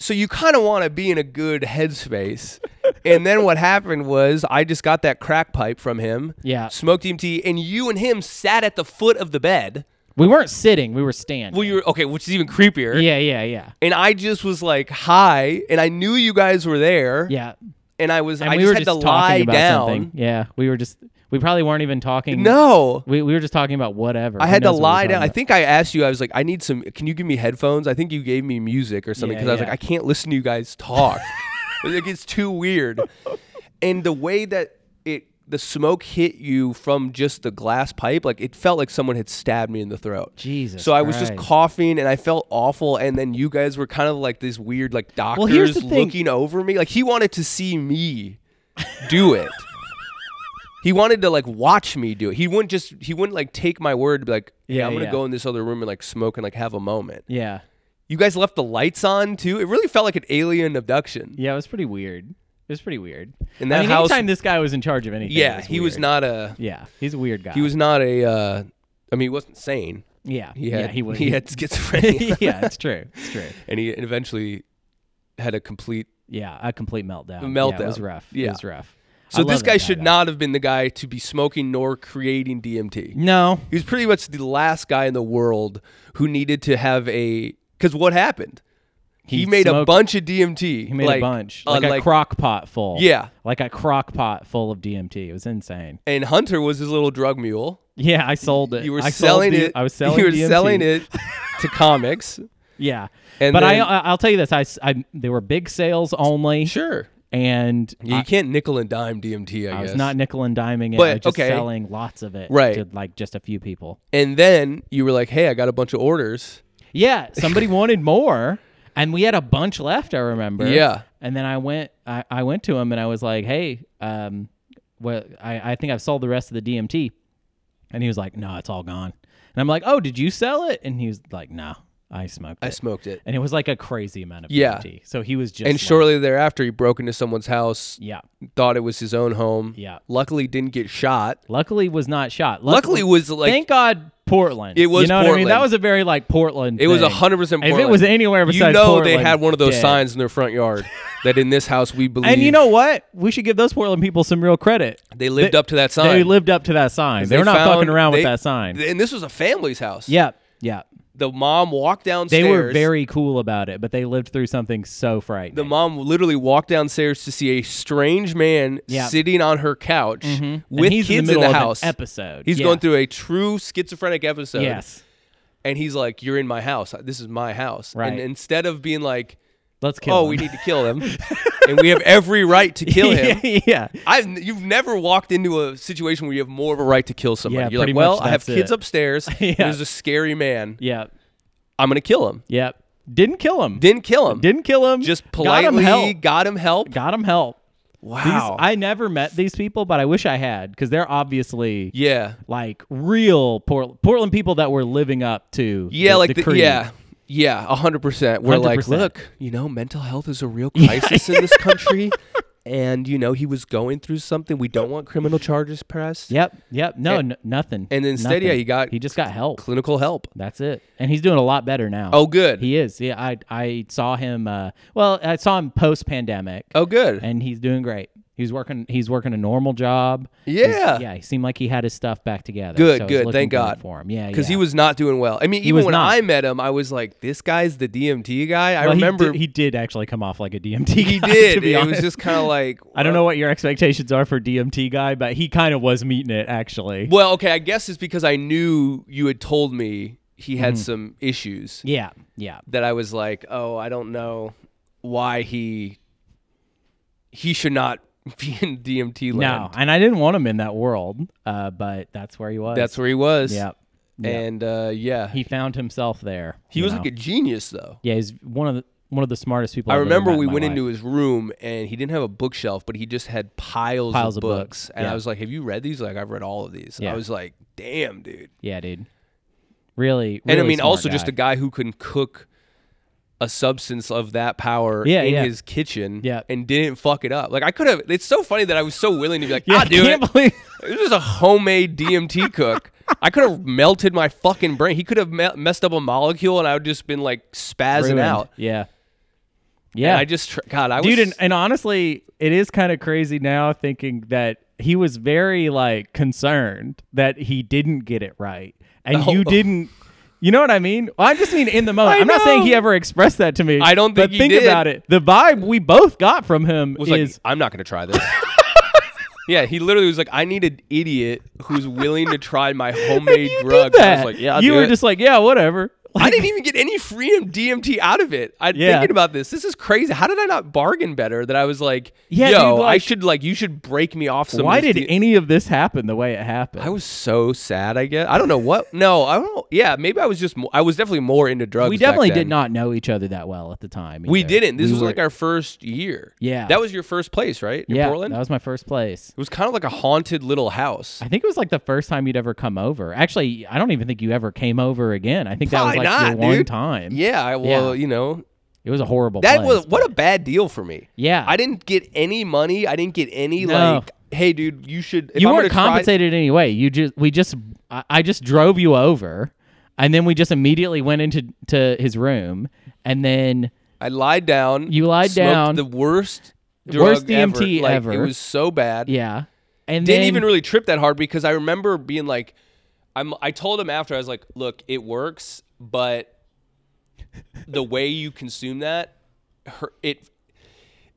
so you kind of want to be in a good headspace. and then what happened was I just got that crack pipe from him. Yeah. Smoked DMT, and you and him sat at the foot of the bed. We weren't sitting, we were standing. Well, you were okay, which is even creepier. yeah, yeah, yeah. And I just was like, "Hi," and I knew you guys were there. Yeah. And I was, And I we just were had just to talking lie about down. something. Yeah. We were just we probably weren't even talking No, We, we were just talking about whatever. I had to lie down. I think I asked you. I was like, "I need some. Can you give me headphones?" I think you gave me music or something Yeah, because I was yeah. like, "I can't listen to you guys talk. like it's too weird." And the way that it the smoke hit you from just the glass pipe, like it felt like someone had stabbed me in the throat. Jesus. So I was just Christ. coughing and I felt awful. And then you guys were kind of like these weird, like doctors here's the thing. looking over me. Like he wanted to see me do it. he wanted to like watch me do it. He wouldn't just, he wouldn't like take my word, be like, yeah, Yeah, I'm going to yeah. go in this other room and like smoke and like have a moment. Yeah. You guys left the lights on too. It really felt like an alien abduction. Yeah, it was pretty weird. It was pretty weird. And that I mean, house- anytime this guy was in charge of anything. it Yeah. he was weird. not a, Yeah. He's a weird guy. he was not a, uh, I mean, he wasn't sane. Yeah. He had, yeah, he was he had schizophrenia yeah, it's true. It's true. and he eventually had a complete Yeah, a complete meltdown. Yeah, it was meltdown. rough. It Yeah. was rough. I So love this that guy should though. not have been the guy to be smoking nor creating DMT. No. He was pretty much the last guy in the world who needed to have a because what happened? He, made a smoked- bunch of DMT. He made a bunch, like a like- crock pot full. Yeah. like a crock pot full of DMT. It was insane. and Hunter was his little drug mule. Yeah, I sold it. You were I sold selling the- it. I was selling. You were DMT. selling it to comics. Yeah, And but then- I, I, I'll tell you this. I, s- I- they were big sales only. Sure. and Yeah, you I, can't nickel and dime DMT. I, I guess was not nickel and diming it. But, I was just okay. selling lots of it, Right. to like just a few people. And then you were like, "Hey, I got a bunch of orders." Yeah, somebody wanted more, and we had a bunch left. I remember. Yeah. and then I went, I, I went to him, and I was like, "Hey, um, well, I, I think I've sold the rest of the DMT," and he was like, "No, it's all gone." And I'm like, "Oh, did you sell it?" And he was like, "No, I smoked. I it. smoked it. and it was like a crazy amount of Yeah. PBT. So he was just And like- shortly thereafter, he broke into someone's house, yeah, thought it was his own home. Yeah. Luckily, didn't get shot. luckily was not shot. Luckily, was like thank God Portland. It was you know what I mean. Portland. That was a very like Portland. it was thing. hundred percent. If it was anywhere you know besides Portland, they had one of those dead. signs in their front yard that in this house we believe. And you know what? We should give those Portland people some real credit. they lived they- up to that sign. They lived up to that sign. They, were not found- fucking around they- with that sign. And this was a family's house. yeah, yeah. The mom walked They downstairs. were very cool about it, but they lived through something so frightening. The mom literally walked downstairs to see a strange man Yeah. Mm-hmm. sitting on her couch with and he's in kids the, in the, middle of an house. episode. He's Yeah. going through a true schizophrenic episode. Yes, And he's like, You're in my house. This is my house. Right. And instead of being like, let's kill. Oh, him. we need to kill him. and we have every right to kill him. yeah, I've you've never walked into a situation where you have more of a right to kill somebody. Yeah, You're like, pretty well, much I have that's kids it." upstairs. Yeah. and There's a scary man. yeah, I'm gonna kill him. yeah. Didn't kill him. Didn't kill him. Didn't kill him. just Got him politely help. got him help. Got him help. These, Wow. I never met these people, but I wish I had because they're obviously yeah. like real Portland, Portland people that were living up to Yeah, the, like the the, creed. yeah, yeah, a hundred percent. We're like, 100%. look, you know, mental health is a real crisis in this country, and you know, he was going through something. We don't want criminal charges pressed. Yep. Yep. No, And- n- nothing. and instead, Nothing. yeah, he got- he just got help. clinical help. That's it. And he's doing a lot better now. Oh, good. He is. Yeah, I I saw him uh well, I saw him post pandemic oh, good. and he's doing great. He's working he's working a normal job. He's- Yeah. yeah, he seemed like he had his stuff back together. Good, so it's good. looking Thank God. for him. Yeah. because yeah. he was not doing well. I mean, even was when not. I met him, I was like, "This guy's the DMT guy." I Well, he remember did- he did, actually come off like a DMT guy. he did. to be it was honest. just kind of like I don't know what your expectations are for DMT guy, but he kind of was meeting it actually. Well, okay, I guess it's because I knew you had told me he had Mm-hmm. some issues Yeah. Yeah. that I was like, "Oh, I don't know why he he should not be in DMT No, land." and I didn't want him in that world, uh, but that's where he was. That's where he was. Yep. Yep. And uh, yeah, he, he found himself there. you was know. like a genius though. yeah, he's one of the one of the smartest people. I I've ever remember met in we my went life. into his room and he didn't have a bookshelf, but he just had piles, Piles of of books. books, And I yeah. was like, "Have you read these?" Like, I've read all of these. I Yeah. was like, "Damn, dude!" yeah, dude, really, really and I mean, smart also just guy. a guy who can cook a substance of that power Yeah, in yeah. his kitchen Yeah. and didn't fuck it up. Like, I could have. It's so funny that I was so willing to be like, "Ah, yeah, "I do can't it." believe It was just a homemade DMT cook. I could have melted my fucking brain. He could have me- messed up a molecule, and I would just been like spazzing Ruined. out. Yeah, Yeah, yeah, and I just tr- God, I was dude, and, and honestly, it is kind of crazy now thinking that he was very like concerned that he didn't get it right, and Oh. you didn't. You know what I mean? Well, I just mean in the moment. I I'm not saying know. he ever expressed that to me. I don't think but he think did. about it. The vibe we both got from him was is like, I'm not going to try this. yeah, he literally was like, I need an idiot who's willing to try my homemade you drug. did I that. was like, yeah, I'll you do were it." just like, yeah, whatever. I didn't even get any freedom DMT out of it. I'm Yeah. thinking about this. This is crazy. How did I not bargain better? That I was like, Yeah, yo, dude, like- I should like, you should break me off some. of Why this did D-" any of this happen the way it happened? I was so sad. I guess I don't know what. No, I don't. Yeah, maybe I was just. mo- I was definitely more into drugs. we back definitely did then. not know each other that well at the time. We either. didn't. This We was were- like our first year. Yeah. that was your first place, right? In yeah, Portland. That was my first place. it was kind of like a haunted little house. I think it was like the first time you'd ever come over. Actually, I don't even think you ever came over again. I think Probably that was like not, your one dude. time. Yeah, I- well, Yeah. you know, It was a horrible that place, was what a but- bad deal for me. Yeah. I didn't get any money. I didn't get any No. like, hey, dude, you should. If you I'm weren't gonna try- compensated in any way. You just we just I, I just drove you over and then we just immediately went into to his room and then I lied down. You lied smoked down. The worst, drug Worst DMT Like, ever. It was so bad. yeah. And Didn't then, even really trip that hard because I remember being like, I'm. I told him after I was like, look, it works, but the way you consume that, hurt, it.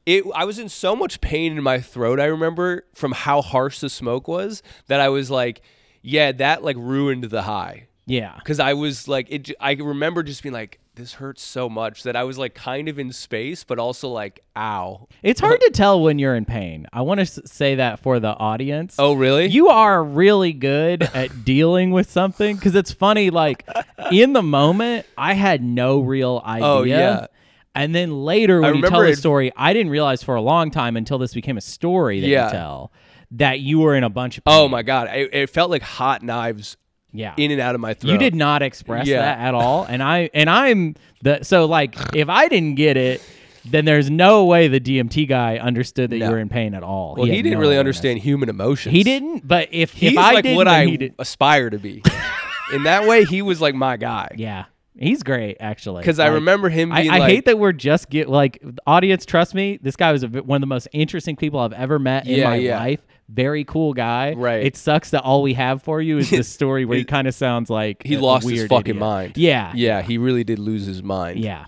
It, I was in so much pain in my throat. I remember from how harsh the smoke was that I was like, "Yeah, that like ruined the high." yeah. because I was like, it. j- I remember just being like, this hurts so much that I was like kind of in space, but also like, ow. It's hard to tell when you're in pain. I want to s- say that for the audience. Oh, really? You are really good at dealing with something because it's funny. Like in the moment, I had no real idea. Oh, yeah. And then later, when you remember tell it- the story, I didn't realize for a long time until this became a story that Yeah. you tell that you were in a bunch of pain. oh my god, it, it felt like hot knives Yeah. in and out of my throat. you did not express Yeah. that at all and i and i'm the so like if i didn't get it then there's no way the dmt guy understood that No. you were in pain at all Well, he, had didn't no really awareness. understand human emotions. he didn't but if He's if i like didn't what then I he did aspire to be. in that way, he was like my guy. yeah he's great actually Because I Like, remember him I, being I like, hate that we're just get like the audience. Trust me, this guy was a, bit- one of the most interesting people I've ever met in Yeah, my yeah. life. Very cool guy. Right. It sucks that all we have for you is this story where he kind of sounds like he a lost his weird fucking idiot. mind. Yeah, Yeah, he really did lose his mind. yeah,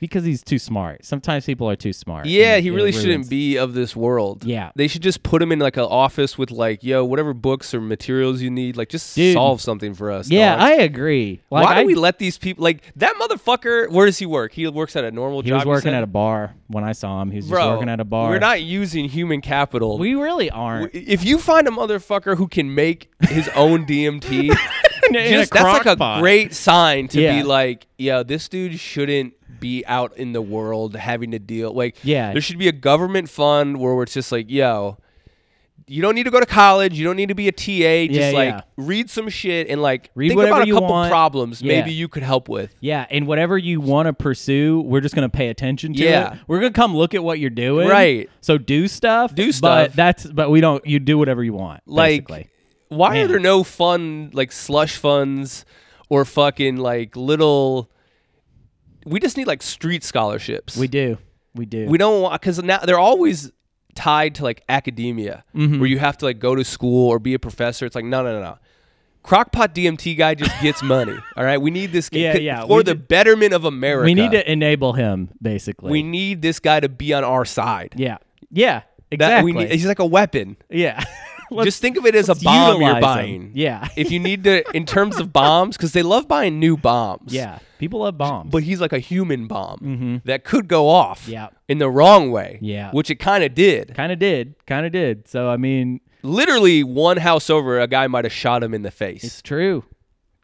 because he's too smart. Sometimes people are too smart. Yeah, and he it really ruins- shouldn't be of this world. Yeah. They should just put him in like an office with like, yo, whatever books or materials you need, like just Dude. solve something for us. Yeah, dog. I agree. Like, Why do I, we let these people like that motherfucker? Where does he work? He works at a normal He job. was you working said? at a bar when I saw him. He was just Bro, working at a bar. We're not using human capital. We really aren't. if you find a motherfucker who can make his own DMT, In a just, that's like crock a pot. great sign to Yeah. be like, yeah, this dude shouldn't be out in the world having to deal. Like, Yeah. there should be a government fund where it's just like, yo, you don't need to go to college. You don't need to be a TA. Just Yeah, like yeah. read some shit and like Read think about whatever a you couple want. problems Yeah. maybe you could help with. Yeah, and whatever you want to pursue, we're just gonna pay attention to Yeah. it. We're gonna come look at what you're doing. Right. So do stuff. Do But stuff. that's but we don't you do whatever you want. Like, basically. why are Man. there no fun like slush funds or fucking like little? We just need like street scholarships. we do. We do. we don't want because now they're always tied to like academia Mm-hmm. where you have to like go to school or be a professor it's like no no no no crockpot dmt guy just gets money all right we need this guy Yeah, yeah, for we the ju- betterment of america we need to enable him, basically. we need this guy to be on our side yeah. Yeah. that Exactly. we need, he's like a weapon yeah. Let's- just think of it as a let's bomb utilize you're him. buying Yeah. if you need to in terms of bombs because they love buying new bombs yeah. People love bombs. but he's like a human bomb that could go off Yeah. in the wrong way Yeah. which it kind of did kinda did. Kinda did. So I mean, literally one house over, a guy might have shot him in the face. it's true.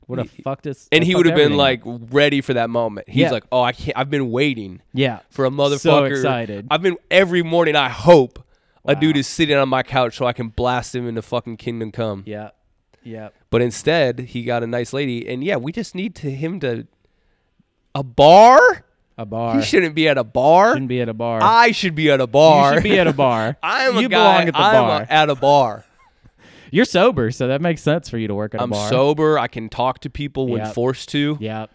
Would have fucked us. and he fucked would have been everything up. like ready for that moment. He's Yeah. like, "Oh, I can't. I've been waiting Yeah. for a motherfucker. excited. I've been every morning. I hope a dude is sitting on my couch so I can blast him into fucking kingdom come. Yeah. Yeah. But instead, he got a nice lady, and yeah, we just need to him to a bar. A bar. He shouldn't be at a bar. shouldn't be at a bar. I should be at a bar. You should be at a bar. I'm a you guy. belong at the I'm bar. A, at a bar. You're sober, so that makes sense for you to work at a I'm bar. sober. I can talk to people when Yep. forced to. Yeah.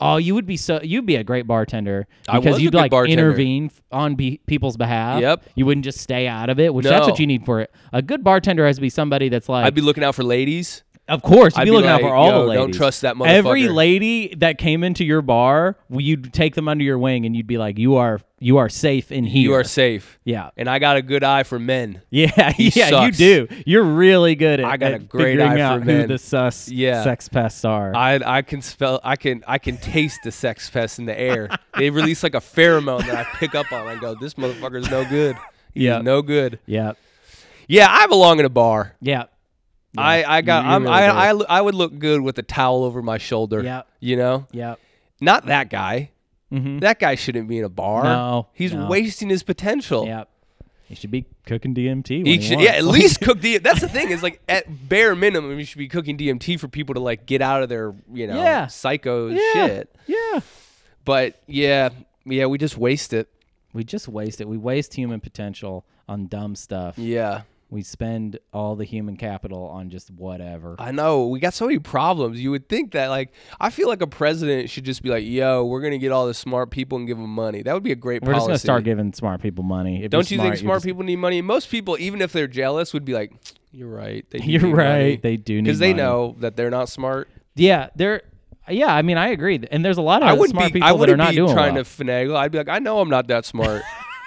Oh, you would be so. You'd be a great bartender I because was a you'd good like bartender. intervene f- on be- people's behalf. Yep. You wouldn't just stay out of it, which that's what No. you need for it. A good bartender has to be somebody that's like, I'd be looking out for ladies. of course, you'd I'd be be looking out like, for all "Yo, the ladies. don't trust that Every motherfucker." lady that came into your bar, well, you'd take them under your wing and you'd be like, you are you are safe in here. You are safe. Yeah. And I got a good eye for men. Yeah, yeah, sucks. you do. You're really good at, I got at a great figuring eye for out who men. the sus Yeah. sex pests are. I I can spell I can I can taste the sex pest in the air. they release like a pheromone that I pick up on and go, This motherfucker's no good. He's Yeah. no good. yeah, Yeah, I belong in a bar. yeah, I, I got you I'm, really do. I, I I would look good with a towel over my shoulder. Yeah. You know? yeah. Not that guy. Mhm. That guy shouldn't be in a bar. No, He's no. wasting his potential. Yeah. He should be cooking DMT. When He he should, wants. yeah, at least cook the. That's the thing is like at bare minimum, you should be cooking DMT for people to like get out of their you know Yeah. psycho yeah. shit. Yeah. But yeah, yeah, we just waste it. We just waste it. We waste human potential on dumb stuff. Yeah, We spend all the human capital on just whatever. I know we got so many problems. You would think that like I feel like a president should just be like, "Yo, we're gonna get all the smart people and give them money." That would be a great We're just policy. gonna start giving smart people money. If Don't you you're think smart smart you're people need money? And most people, even if they're jealous, would be like, "You're right. They do You're need right. money." They do need because they money. know that they're not smart. just- Yeah, there. Yeah, I mean, I agree. And there's a lot of I wouldn't smart be. people I that are wouldn't not be doing trying well. to finagle. I'd be like, I know I'm not that smart.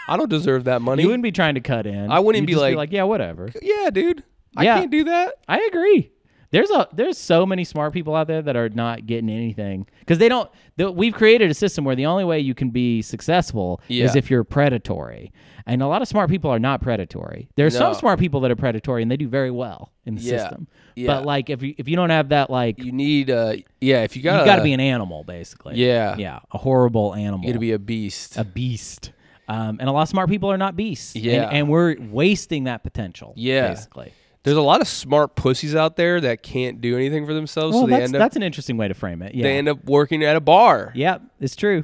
I don't deserve that money. You wouldn't be trying to cut in. I wouldn't You'd be just like- like, yeah, whatever. yeah, dude. I Yeah. can't do that. I agree. There's a there's so many smart people out there that are not getting anything because they don't. The, we've created a system where the only way you can be successful Yeah. is if you're predatory, and a lot of smart people are not predatory. There are No. some smart people that are predatory and they do very well in the Yeah. system. Yeah. But like if you if you don't have that like you You need. Uh, yeah, if you got, have got to be an animal basically. Uh, Yeah. yeah, a horrible animal. You got to be a beast. a beast. Um, and a lot of smart people are not beasts. And- Yeah. and, we're wasting that potential. Yeah. basically. There's a lot of smart pussies out there that can't do anything for themselves, well, so they that's, end up that's an interesting way to frame it. Yeah. they end up working at a bar Yep, it's true.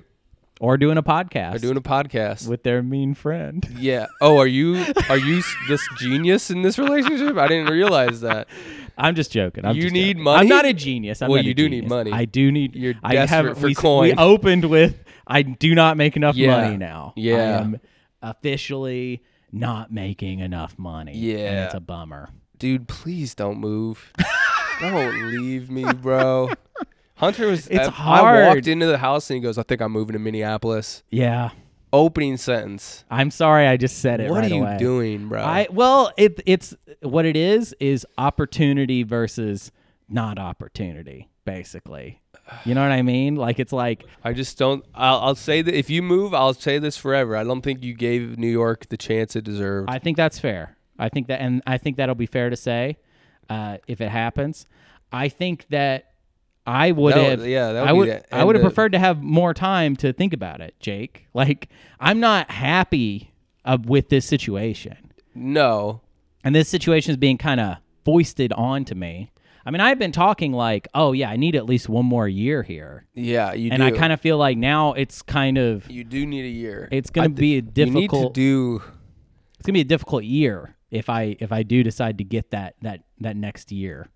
Or doing a podcast or doing a podcast. with their mean friend. yeah. Oh, are you are you s- this genius in this relationship? I didn't realize that. I'm just joking. I'm You just need joking. money? I'm not a genius. I'm Well, not a you do need genius. money. I do need. You're I have- desperate for we, s- We coin. opened with I do not make enough Yeah. money now. Yeah. I am officially not making enough money. and Yeah. it's a bummer. Dude, please don't move. don't leave me, bro. Hunter was It's I, I hard. walked into the house and he goes, "I think I'm moving to Minneapolis." Yeah, Opening sentence. I'm sorry. I just said it. what right are you away. doing, bro? I well, it it's what it is is opportunity versus not opportunity, basically. You know what I mean? Like it's like I just don't. I'll, I'll say that if you move, I'll say this forever. I don't think you gave New York the chance it deserved. I think that's fair. I think that, and I think that'll be fair to say uh, if it happens. I think that I would That have, would- yeah, that would I be would, the I would have end of- preferred to have more time to think about it, Jake. Like I'm not happy uh, with this situation, no, and this situation is being kind of foisted onto me. I mean, I've been talking like, oh yeah, I need at least one more year here, yeah, you and do. I kind of feel like now it's kind of you do need a year. it's gonna be a You difficult need to do. it's gonna be a difficult year if I if I do decide to get that that that next year.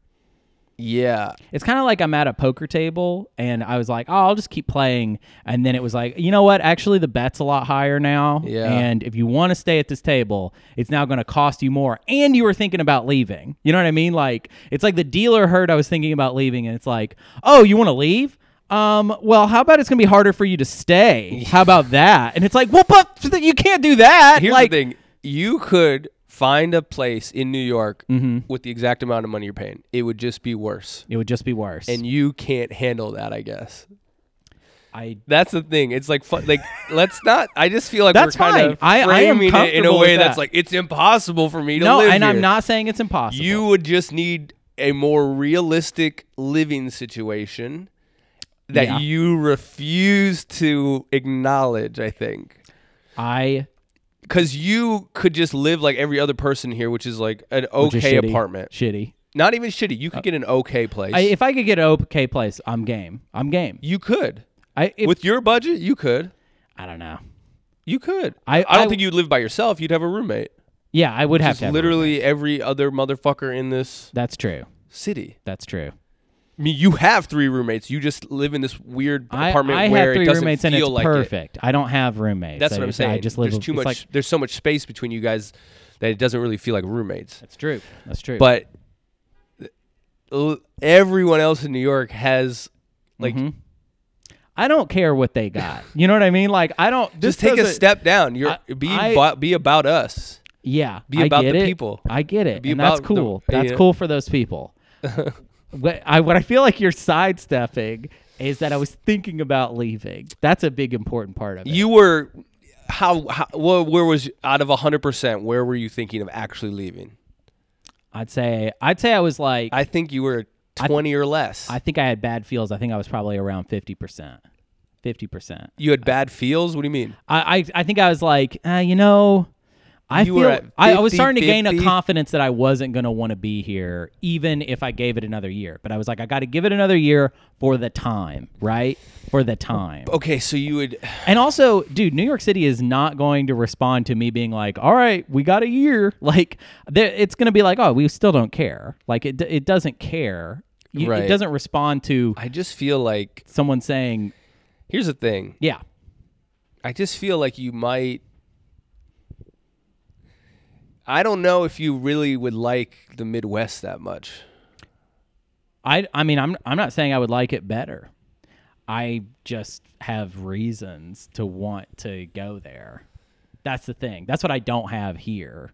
Yeah, It's kind of like I'm at a poker table and I was like, oh, I'll just keep playing, and then it was like, you know what? Actually, the bet's a lot higher now. Yeah. And if you want to stay at this table, it's now going to cost you more. And you were thinking about leaving. You know what I mean? Like it's like the dealer heard I was thinking about leaving, and it's like, oh, you want to leave? Um, well, how about it's gonna be harder for you to stay? How about that? And it's like, well, but you can't do that. here's like, the thing: you could find a place in New York Mm-hmm. with the exact amount of money you're paying. It would just be worse, it would just be worse. and you can't handle that. I guess I that's the thing. It's like fun, like let's not. I just feel like That's we're kind fine. of I- I am framing it in a comfortable way with that's that. like it's impossible for me to no, live and I'm here. not saying it's impossible. You would just need a more realistic living situation that Yeah. you refuse to acknowledge, I think. I Because you could just live like every other person here, which is like an which is okay shitty, apartment. Shitty. Not even shitty. You could get an okay place. I, if I could get an okay place, I'm game. I'm game. you could. I if, With your budget, you could. I don't know. You could. I- I don't I- think you'd live by yourself. You'd have a roommate. Yeah, I would have Just to. have a- literally every other motherfucker in this That's true. city. That's true. I mean, you have three roommates. You just live in this weird I, apartment I where have three it doesn't roommates feel and it's like it. perfect. I don't have roommates. That's I what I'm just- saying. I just live. there's too it's much. like- there's so much space between you guys that it doesn't really feel like roommates. that's true. That's true. But l- everyone else in New York has like Mm-hmm. I don't care what they got. You know what I mean? Like I don't. just this take a doesn't- step down. You're I- be I- bo- be about us. Yeah, Be I about get the it. people. I get it, Be and that's about the- cool. that's yeah. cool for those people. what I what I feel like you're sidestepping is that I was thinking about leaving. That's a big important part of it. You were how, how wha- where was out of 100% where were you thinking of actually leaving? I'd say I'd say I was like I, I think you were 20 or less. think I had bad feels. I think I was probably around fifty percent, fifty percent. you had bad feels. What do you mean? I, I I think I was like uh, you know. I You were feel at I, I was 50, starting to gain a 50. confidence that I wasn't going to want to be here, even if I gave it another year. But I was like, I got to give it another year for the time, right? For the time. Oh, Okay, so you would And also, dude, New York City is not going to respond to me being like, "All right, we got a year." Like, there- it's going to be like, "Oh, we still don't care." Like, it it doesn't care. You- It Right. doesn't respond to I just feel like someone saying, here's the thing. "Yeah, I just feel like you might. I don't know if you really would like the Midwest that much. I I mean, I'm I'm not saying I would like it better. I just have reasons to want to go there. That's the thing. That's what I don't have here.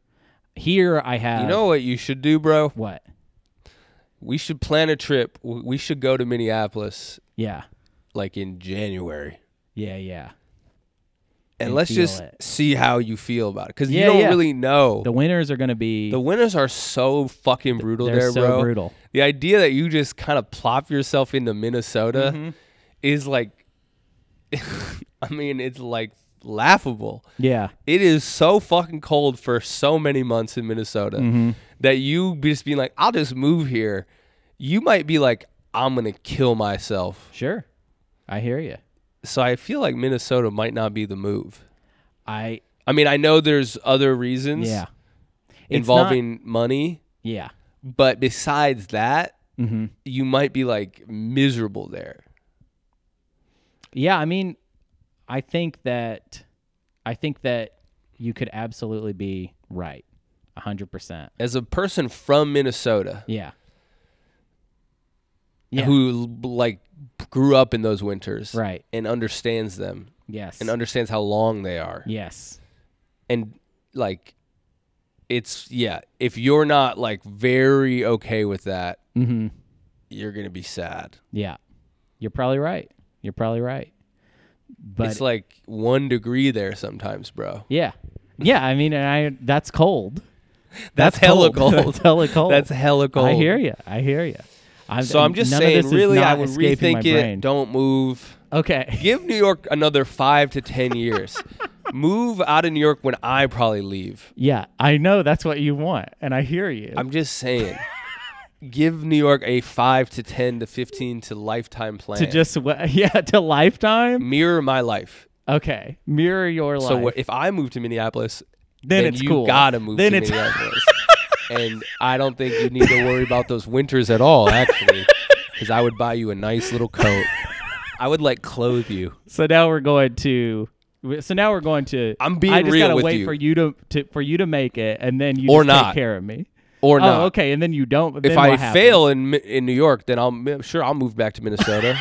Here I have You know what you should do, bro? what? We should plan a trip. W- We should go to Minneapolis Yeah. like in January. Yeah, yeah. And And let's feel just it. see how you feel about it cuz you Yeah, don't yeah. really know. The winners are going to be The winters are so fucking brutal they're there, so bro. brutal. The idea that you just kind of plop Mm-hmm. yourself into Minnesota is like I mean, it's like laughable. Yeah. It is so fucking cold for so many months in Minnesota Mm-hmm. that you be just being like, I'll just move here. You might be like, I'm gonna kill myself. Sure. I hear you. So I feel like Minnesota might not be the move. I I mean, I know there's other reasons yeah. It's not- involving money, yeah. but besides that, Mm-hmm. you might be like miserable there. Yeah, I mean, I think that I think that you could absolutely be right. 100%. As a person from Minnesota Yeah. Yeah. who like grew up in those winters Right. and understands them Yes. and understands how long they are. yes. and like it's yeah if you're not like very okay with that Mhm. you're gonna be sad Yeah. You're probably right. You're probably right. But it's like one degree there sometimes bro yeah. Yeah, I mean, and I that's cold. that's, hella cold, that's hella cold. that's hella cold I hear you. I hear you. I'm, so i'm just none of saying this is really i not would escaping my rethink it brain. don't move Okay. give new york another five to ten years move out of new york when i probably leave Yeah, I know that's what you want, and I hear you. i'm just saying give new york a five to ten to 15 to lifetime plan to just wa- yeah to lifetime. mirror my life Okay, mirror your life. Mm. So what, if I move to Minneapolis, Then then, it's you cool. gotta move Then to it's- Minneapolis. and I don't think you need to worry about those winters at all, actually, because I would buy you a nice little coat. I would like clothe you. so now we're going to. So now we're going to. I'm being I just real gotta with wait you. for you to, to for you to make it, and then you Or just not. take care of me. Or not. Oh, okay, and then you don't. but If then I what happens? fail in Mi- in New York, then I'll m- sure I'll move back to Minnesota.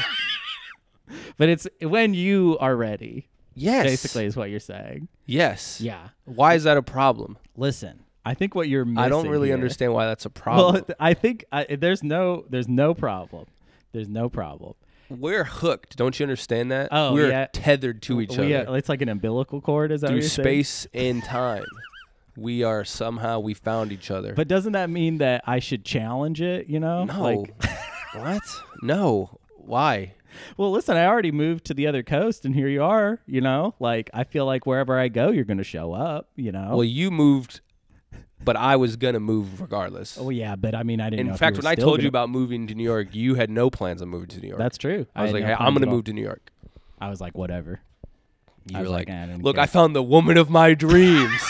but it's when you are ready. yes. Basically, is what you're saying. Yes. Yeah. Why is that a problem? Listen, I think what you're missing I don't really here- understand why that's a problem. Well, I think I, there's no there's no problem. There's no problem. We're hooked. Don't you understand that? Oh, We're yeah. tethered to each We, other. uh, it's like an umbilical cord, is that what through you're saying? space and time. We are somehow we found each other. But doesn't that mean that I should challenge it? You know, no, Like, what? No, why? well, listen, I already moved to the other coast, and here you are. You know, like I feel like wherever I go, you're going to show up. You know. Well, you moved, but I was gonna move regardless. Oh, yeah, but I mean, I didn't. know In if fact, you were when I still told gonna- you about moving to New York, you had no plans on moving to New York. that's true. I was had like, no hey, I'm plans gonna at all. move to New York. I was like, whatever. You I were was like, like, "Nah, I didn't look, care." I found the woman of my dreams.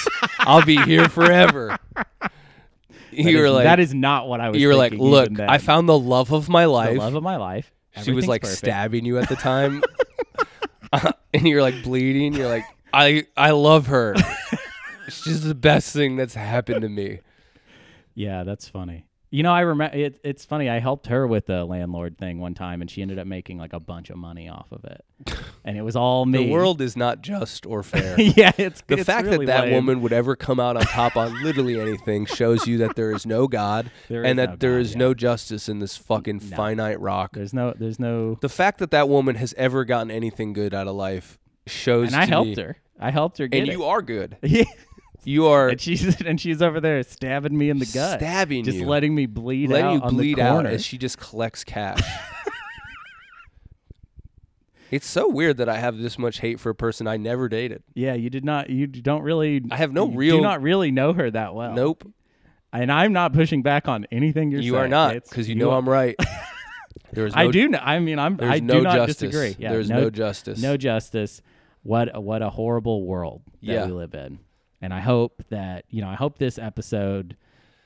I'll be here forever. you That were is- like, that is not what I was. you were like, thinking look, even then. I found the love of my the life. love of my life. she was Everything's like perfect. stabbing you at the time and you're like bleeding you're like i i love her she's the best thing that's happened to me Yeah, that's funny. You know, I remember it, it's funny. I helped her with the landlord thing one time, and she ended up making like a bunch of money off of it, and it was all me. the world is not just or fair yeah, it's the it's fact really that that lame. woman would ever come out on top on literally anything shows you that there is no god There is and no that there God, is yeah. no justice in this fucking finite rock there's no, there's no, the fact that that woman has ever gotten anything good out of life shows and I to me- helped her. I helped her get and it. you are good Yeah. you are and she's and she's over there stabbing me in the gut, Stabbing just you. letting me bleed letting out you on bleed the out corner. as she just collects cash. it's so weird that I have this much hate for a person I never dated. yeah, you did not, you don't really, I have no you real- do not really know her that well. Nope, and I'm not pushing back on anything Oh, you're you saying. are not It's- because you, you know are- I'm right. There is no, I do. Know, I mean, I'm. There's I no do not justice. disagree. Yeah, there's no, justice. No justice. What what a horrible world that Yeah. we live in. And I hope that you know. I hope this episode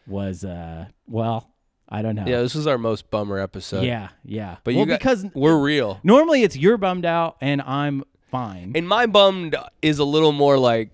was. uh Well, I don't know. yeah, this was our most bummer episode. yeah. yeah. but well, you got- because we're real, normally it's you're bummed out and I'm fine. and my bummed is a little more like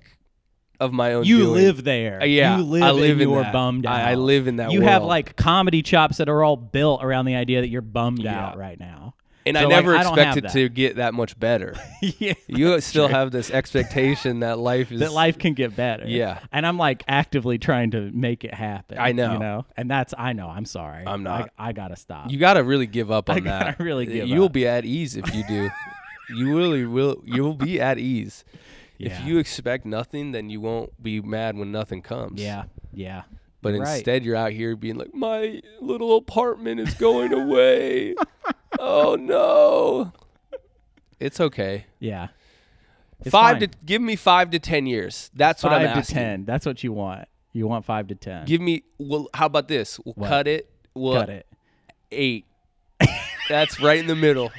of my own. you doing. live there. Uh, yeah, you live, I live and in you're that. bummed out. I- I live in that You have world. like comedy chops that are all built around the idea that you're bummed Yeah. out right now. and So, I like, never I don't have expected that. to get that much better. yeah. You still have this expectation that life is that life can get better. Yeah. And I'm like actively trying to make it happen. I know. You know? And that's I know. I'm sorry. I'm not. I, I gotta stop. You gotta really give up on gotta that. really give You'll up. be at ease if you do. you really will. You'll be at ease. Yeah. If you expect nothing, then you won't be mad when nothing comes. yeah. Yeah. But You're right. instead, you're out here being like, my little apartment is going away. oh no. It's okay. Yeah. It's five fine. to give me five to ten years. That's what I'm five to asking. ten. That's what you want. You want five to ten. Give me. Well, how about this? We'll What? cut it. We'll Got it. eight. That's right in the middle.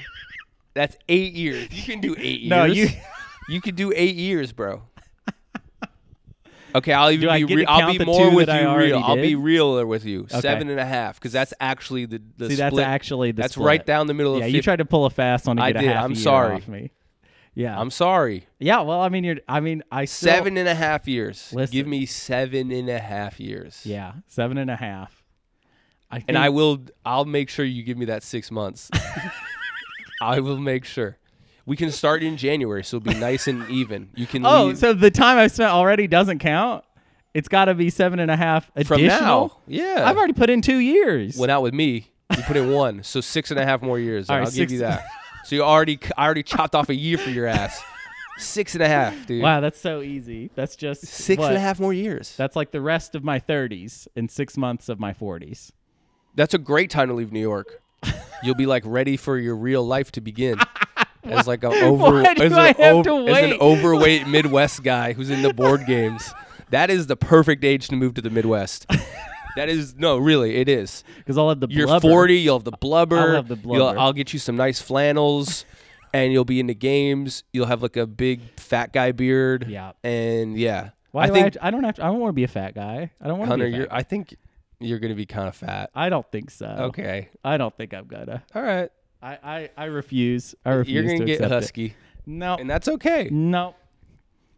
That's eight years. You can do eight years. No, you- you could do eight years, bro. Okay, I'll even Do I be. get Re- to I'll count be the more two with you. that I already Real. I'll be did? realer with you. Seven and a half, because that's actually the, the See, split. that's actually the That's split. right down the middle Yeah, of. you 50. tried to pull a fast one to I get a did. half I'm a year sorry. off me. Yeah. I'm sorry. yeah. Well, I mean, you're. I mean, I still, Seven and a half years. Give Listen. me seven and a half years. Yeah, seven and a half. I And I will I'll make sure you give me that six months. I will make sure. We can start in January, so it'll be nice and even. You can Oh, leave so the time I've spent already doesn't count. It's got to be seven and a half from additional. now. Yeah. I've already put in two years. well, not with me. You put in one, so six and a half more years. All right, I'll give you six- that. So you already, I already chopped off a year for your ass. Six and a half, dude. wow, that's so easy. That's just Six and what? a half more years. That's like the rest of my 30s and six months of my 40s. That's a great time to leave New York. You'll be like ready for your real life to begin. As like a over, Why do as, I an have ov- to as an wait? overweight Midwest guy who's into board games, that is the perfect age to move to the Midwest. That is no, really, it is. Because I'll have the You're blubber. 40. You'll have the blubber. have the you'll- blubber. I'll get you some nice flannels, and you'll be into games. You'll have like a big fat guy beard. Yeah. and yeah, Why I do think I, I don't have to, I don't want to be a fat guy. I don't want to Hunter, be a fat you're. guy. I think you're gonna be kind of fat. I don't think so. Okay, I don't think I'm gonna. all right. I, I, I refuse. I refuse You're gonna to get accept it. husky. No. and that's okay. No.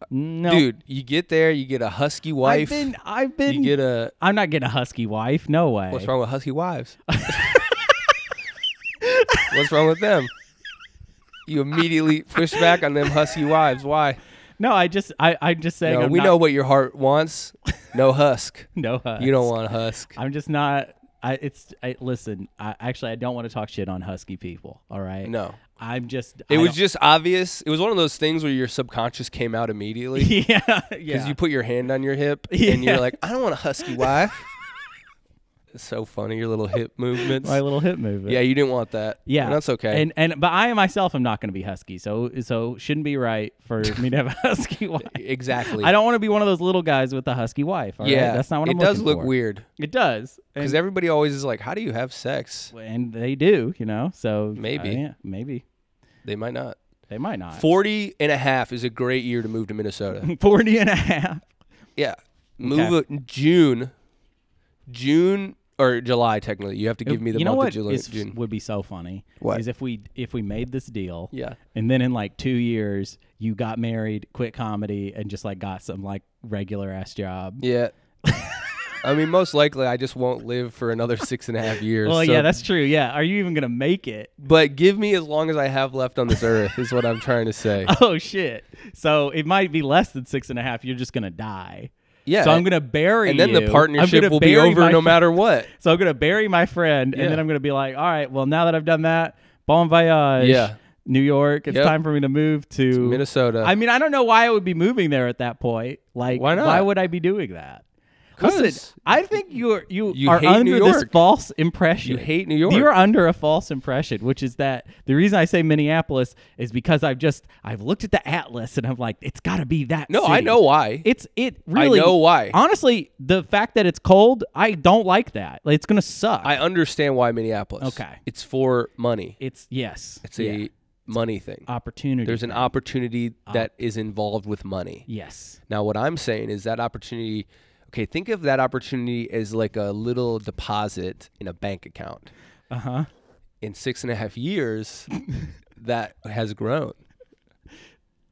No. Dude, you get there, you get a husky wife. I've been. I've you been. get a I'm not getting a husky wife. No way. what's wrong with husky wives? what's wrong with them? You immediately push back on them husky wives. Why? No, I just. I. I'm just saying. No, I'm we not- know what your heart wants. No husk. No husk. You don't want a husk. I'm just not. I. It's. I, listen. I actually. I don't want to talk shit on husky people. All right. No. I'm just. It I was don't- just obvious. It was one of those things where your subconscious came out immediately. yeah. Because Yeah. you put your hand on your hip and Yeah. you're like, I don't want a husky wife. it's so funny, your little hip movements. my little hip movement. Yeah, you didn't want that. Yeah, And that's okay. And and but I myself am not going to be husky, so so shouldn't be right for me to have a husky wife. E, exactly. I don't want to be one of those little guys with a husky wife. all right? Yeah, that's not what it I'm does looking look for. weird It does, because and, everybody always is like, "How do you have sex?" and they do, you know. So Maybe. uh, yeah, maybe They might not. they might not. 40 and a half is a great year to move to Minnesota. 40 and a half. yeah, move it in June, June or July. Technically, you have to give me the you know month what of July, is- June. would be so funny What? is if we if we made this deal, Yeah. and then in like two years you got married, quit comedy, and just like got some like regular ass job. Yeah. I mean, most likely, I just won't live for another six and a half years. Well, so- yeah, that's true. Yeah, are you even gonna make it? But give me as long as I have left on this earth is what I'm trying to say. Oh shit! So it might be less than six and a half. You're just gonna die. Yeah. So I'm gonna bury. and then you. the I'm partnership gonna will be bury over my no fr- matter what. So I'm gonna bury my friend, Yeah. and then I'm gonna be like, all right, well now that I've done that, bon voyage. Yeah. New York. It's Yep. time for me to move to, Minnesota. I mean, I don't know why I would be moving there at that point. Like, Why not? Why would I be doing that? 'Cause Listen, I think you're you, you are hate under New this York. false impression. You hate New York. You're under a false impression, which is that the reason I say Minneapolis is because I've just I've looked at the atlas and I'm like, it's got to be that. no, I city. know why. It's it really. know why. Honestly, the fact that it's cold, I don't like that. Like, it's gonna suck. I understand why Minneapolis. Okay. It's for money. it's yes. It's a yeah. money thing. opportunity. There's an opportunity that is involved with money. yes. Now, what I'm saying is that opportunity. Okay, think of that opportunity as like a little deposit in a bank account. Uh huh. In six and a half years, that has grown.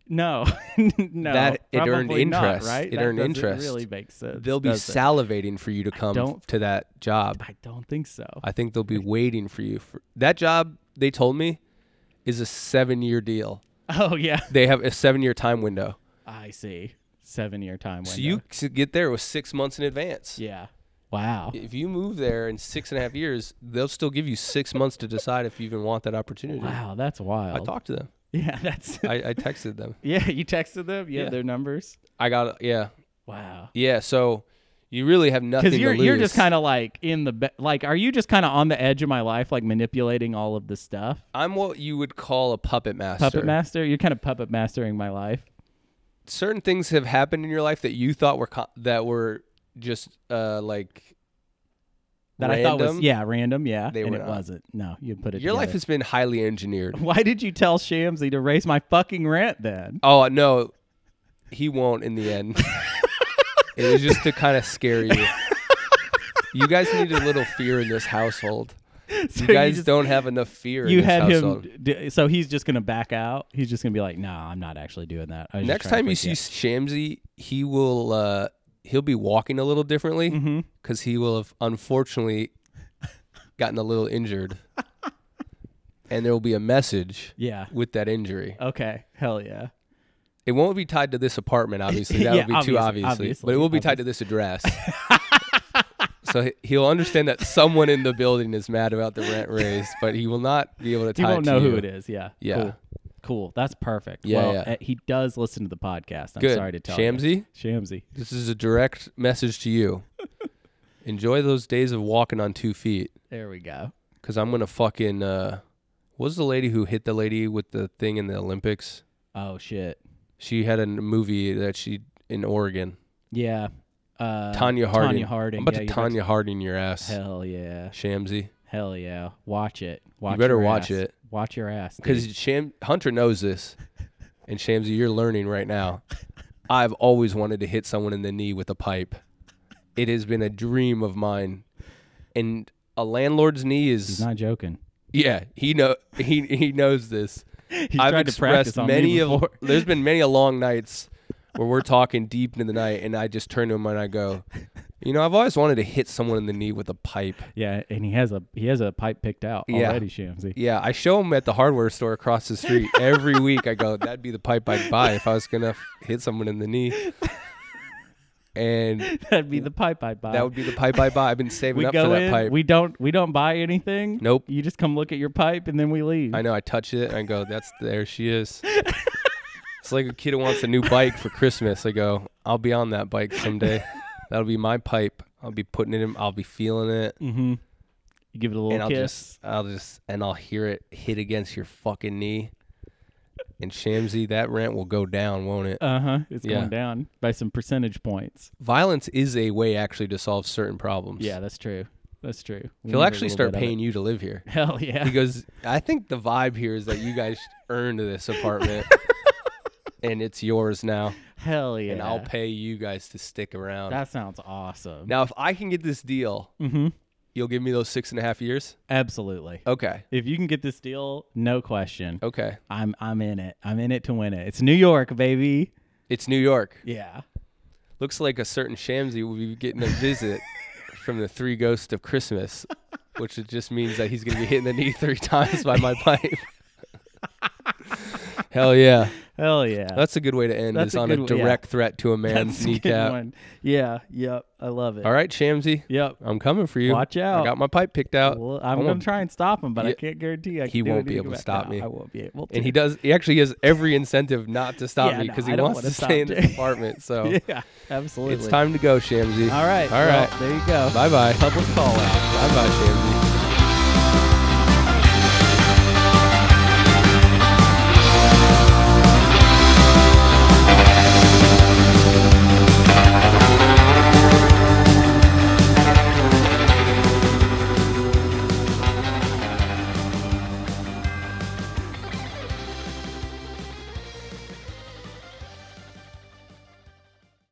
No, no. That- it probably earned not, interest. right? It That earned doesn't interest. Really makes sense. They'll be does it? salivating for you to come don't- to that job. I don't think so. I think they'll be waiting for you. For, that job, they told me, is a seven year deal. Oh yeah, They have a seven year time window. I see. Seven year time window. So you could get there with six months in advance. Yeah. Wow. If you move there in six and a half years, they'll still give you six months to decide if you even want that opportunity. Wow, that's wild. I talked to them. yeah, that's. I, I texted them. yeah, you texted them. You Yeah. have their numbers. I got yeah, Wow. yeah. So you really have nothing. Because you're to lose. you're just kind of like in the be- like, are you just kind of on the edge of my life, like manipulating all of this stuff? I'm what you would call a puppet master. Puppet master. You're kind of puppet mastering my life. certain things have happened in your life that you thought were co- that were just uh like that I thought was random? yeah random yeah They and were it not. wasn't no you put it Your life together. has been highly engineered. why did you tell Shamsy to raise my fucking rent then Oh no, he won't in the end. it was just to kind of scare you. You guys need a little fear in this household. So You guys just- don't have enough fear. in you this had household. him d- so he's just gonna back out he's just gonna be like no I'm not actually doing that I was just Next trying time to you see freak Shamsy, he will uh, he'll be walking a little differently Mm-hmm. because he will have unfortunately gotten a little injured, and there will be a message you out. with that injury. yeah okay hell yeah It won't be tied to this apartment, obviously. That Yeah, would be too obvious- obviously, obviously, but it will be tied to this address. so he- he'll understand that someone in the building is mad about the rent raise, but he will not be able to tie. he won't it to know you. who it is yeah Yeah. cool, Cool. that's perfect Yeah, well yeah. eh, he does listen to the podcast I'm Good. sorry to tell you Shamsy, Shamsy this is a direct message to you. Enjoy those days of walking on two feet, there we go because I'm gonna fucking. Uh, what was the lady who hit the lady with the thing in the Olympics? oh shit She had a n- movie that she in Oregon. yeah uh, Tanya Harding. Tanya Harding I'm about yeah, to you Tanya Harding your ass, Hell yeah. Shamsy. Hell yeah. Watch it. Watch better your watch ass. it. Watch your ass. dude. because Sham Hunter knows this, and Shamsy, you're learning right now. I've always wanted to hit someone in the knee with a pipe. It has been a dream of mine, and a landlord's knee he's is not joking. yeah. He know he he knows this. He's I've tried to practice expressed on me many of before. there's been many a long nights where we're talking deep into the night, and I just turn to him and I go, you know, I've always wanted to hit someone in the knee with a pipe. Yeah, and he has a he has a pipe picked out Yeah. already, Shamsy. Yeah, I show them at the hardware store across the street every week. I go, that'd be the pipe I'd buy if I was gonna f- hit someone in the knee, and That'd be the pipe I buy. that would be the pipe I buy. I've been saving we up go for that in. pipe. We don't we don't buy anything. Nope. You just come look at your pipe and then we leave. I know. I touch it and I go, that's there she is. it's like a kid who wants a new bike for Christmas. I go, I'll be on that bike someday. That'll be my pipe. I'll be putting it in. I'll be feeling it, mm-hmm. You give it a and little I'll kiss. just, I'll just, and I'll hear it hit against your fucking knee. And Shamsy, that rent will go down, won't it? Uh huh. It's Yeah. going down by some percentage points. violence is a way actually to solve certain problems. Yeah, that's true. That's true. We He'll need a actually little start bit of paying it. you to live here. Hell yeah. He goes, I think the vibe here is that you guys earned this apartment and it's yours now. Hell yeah. And I'll pay you guys to stick around. That sounds awesome. now, if I can get this deal, Mm-hmm. you'll give me those six and a half years? Absolutely. Okay. If you can get this deal, no question. Okay. I'm I'm in it. I'm in it to win it. It's New York, baby. It's New York. Yeah. Looks like a certain Shamsy will be getting a visit from the three ghosts of Christmas, which it just means that he's going to be hitting the knee three times by my pipe. Hell yeah. Hell yeah. That's a good way to end. That's It's a on good a one, yeah. direct threat to a man's That's a good kneecap. one. Yeah. Yep. I love it. All right, Shamsy, Yep. I'm coming for you. Watch I out. got my pipe picked out. Well, I'm I gonna won't- try and stop him, but I Yeah. can't guarantee I can He do won't be anything able to about- stop no, me. I won't be able. To. And he does. He actually has every incentive not to stop Yeah, me no, because I he don't wants wanna to stop stay in you. this apartment. So Yeah. Absolutely. it's time to go, Shamsy. All right. All well, right. there you go. Bye bye. Public call out. Bye bye, Shamsy.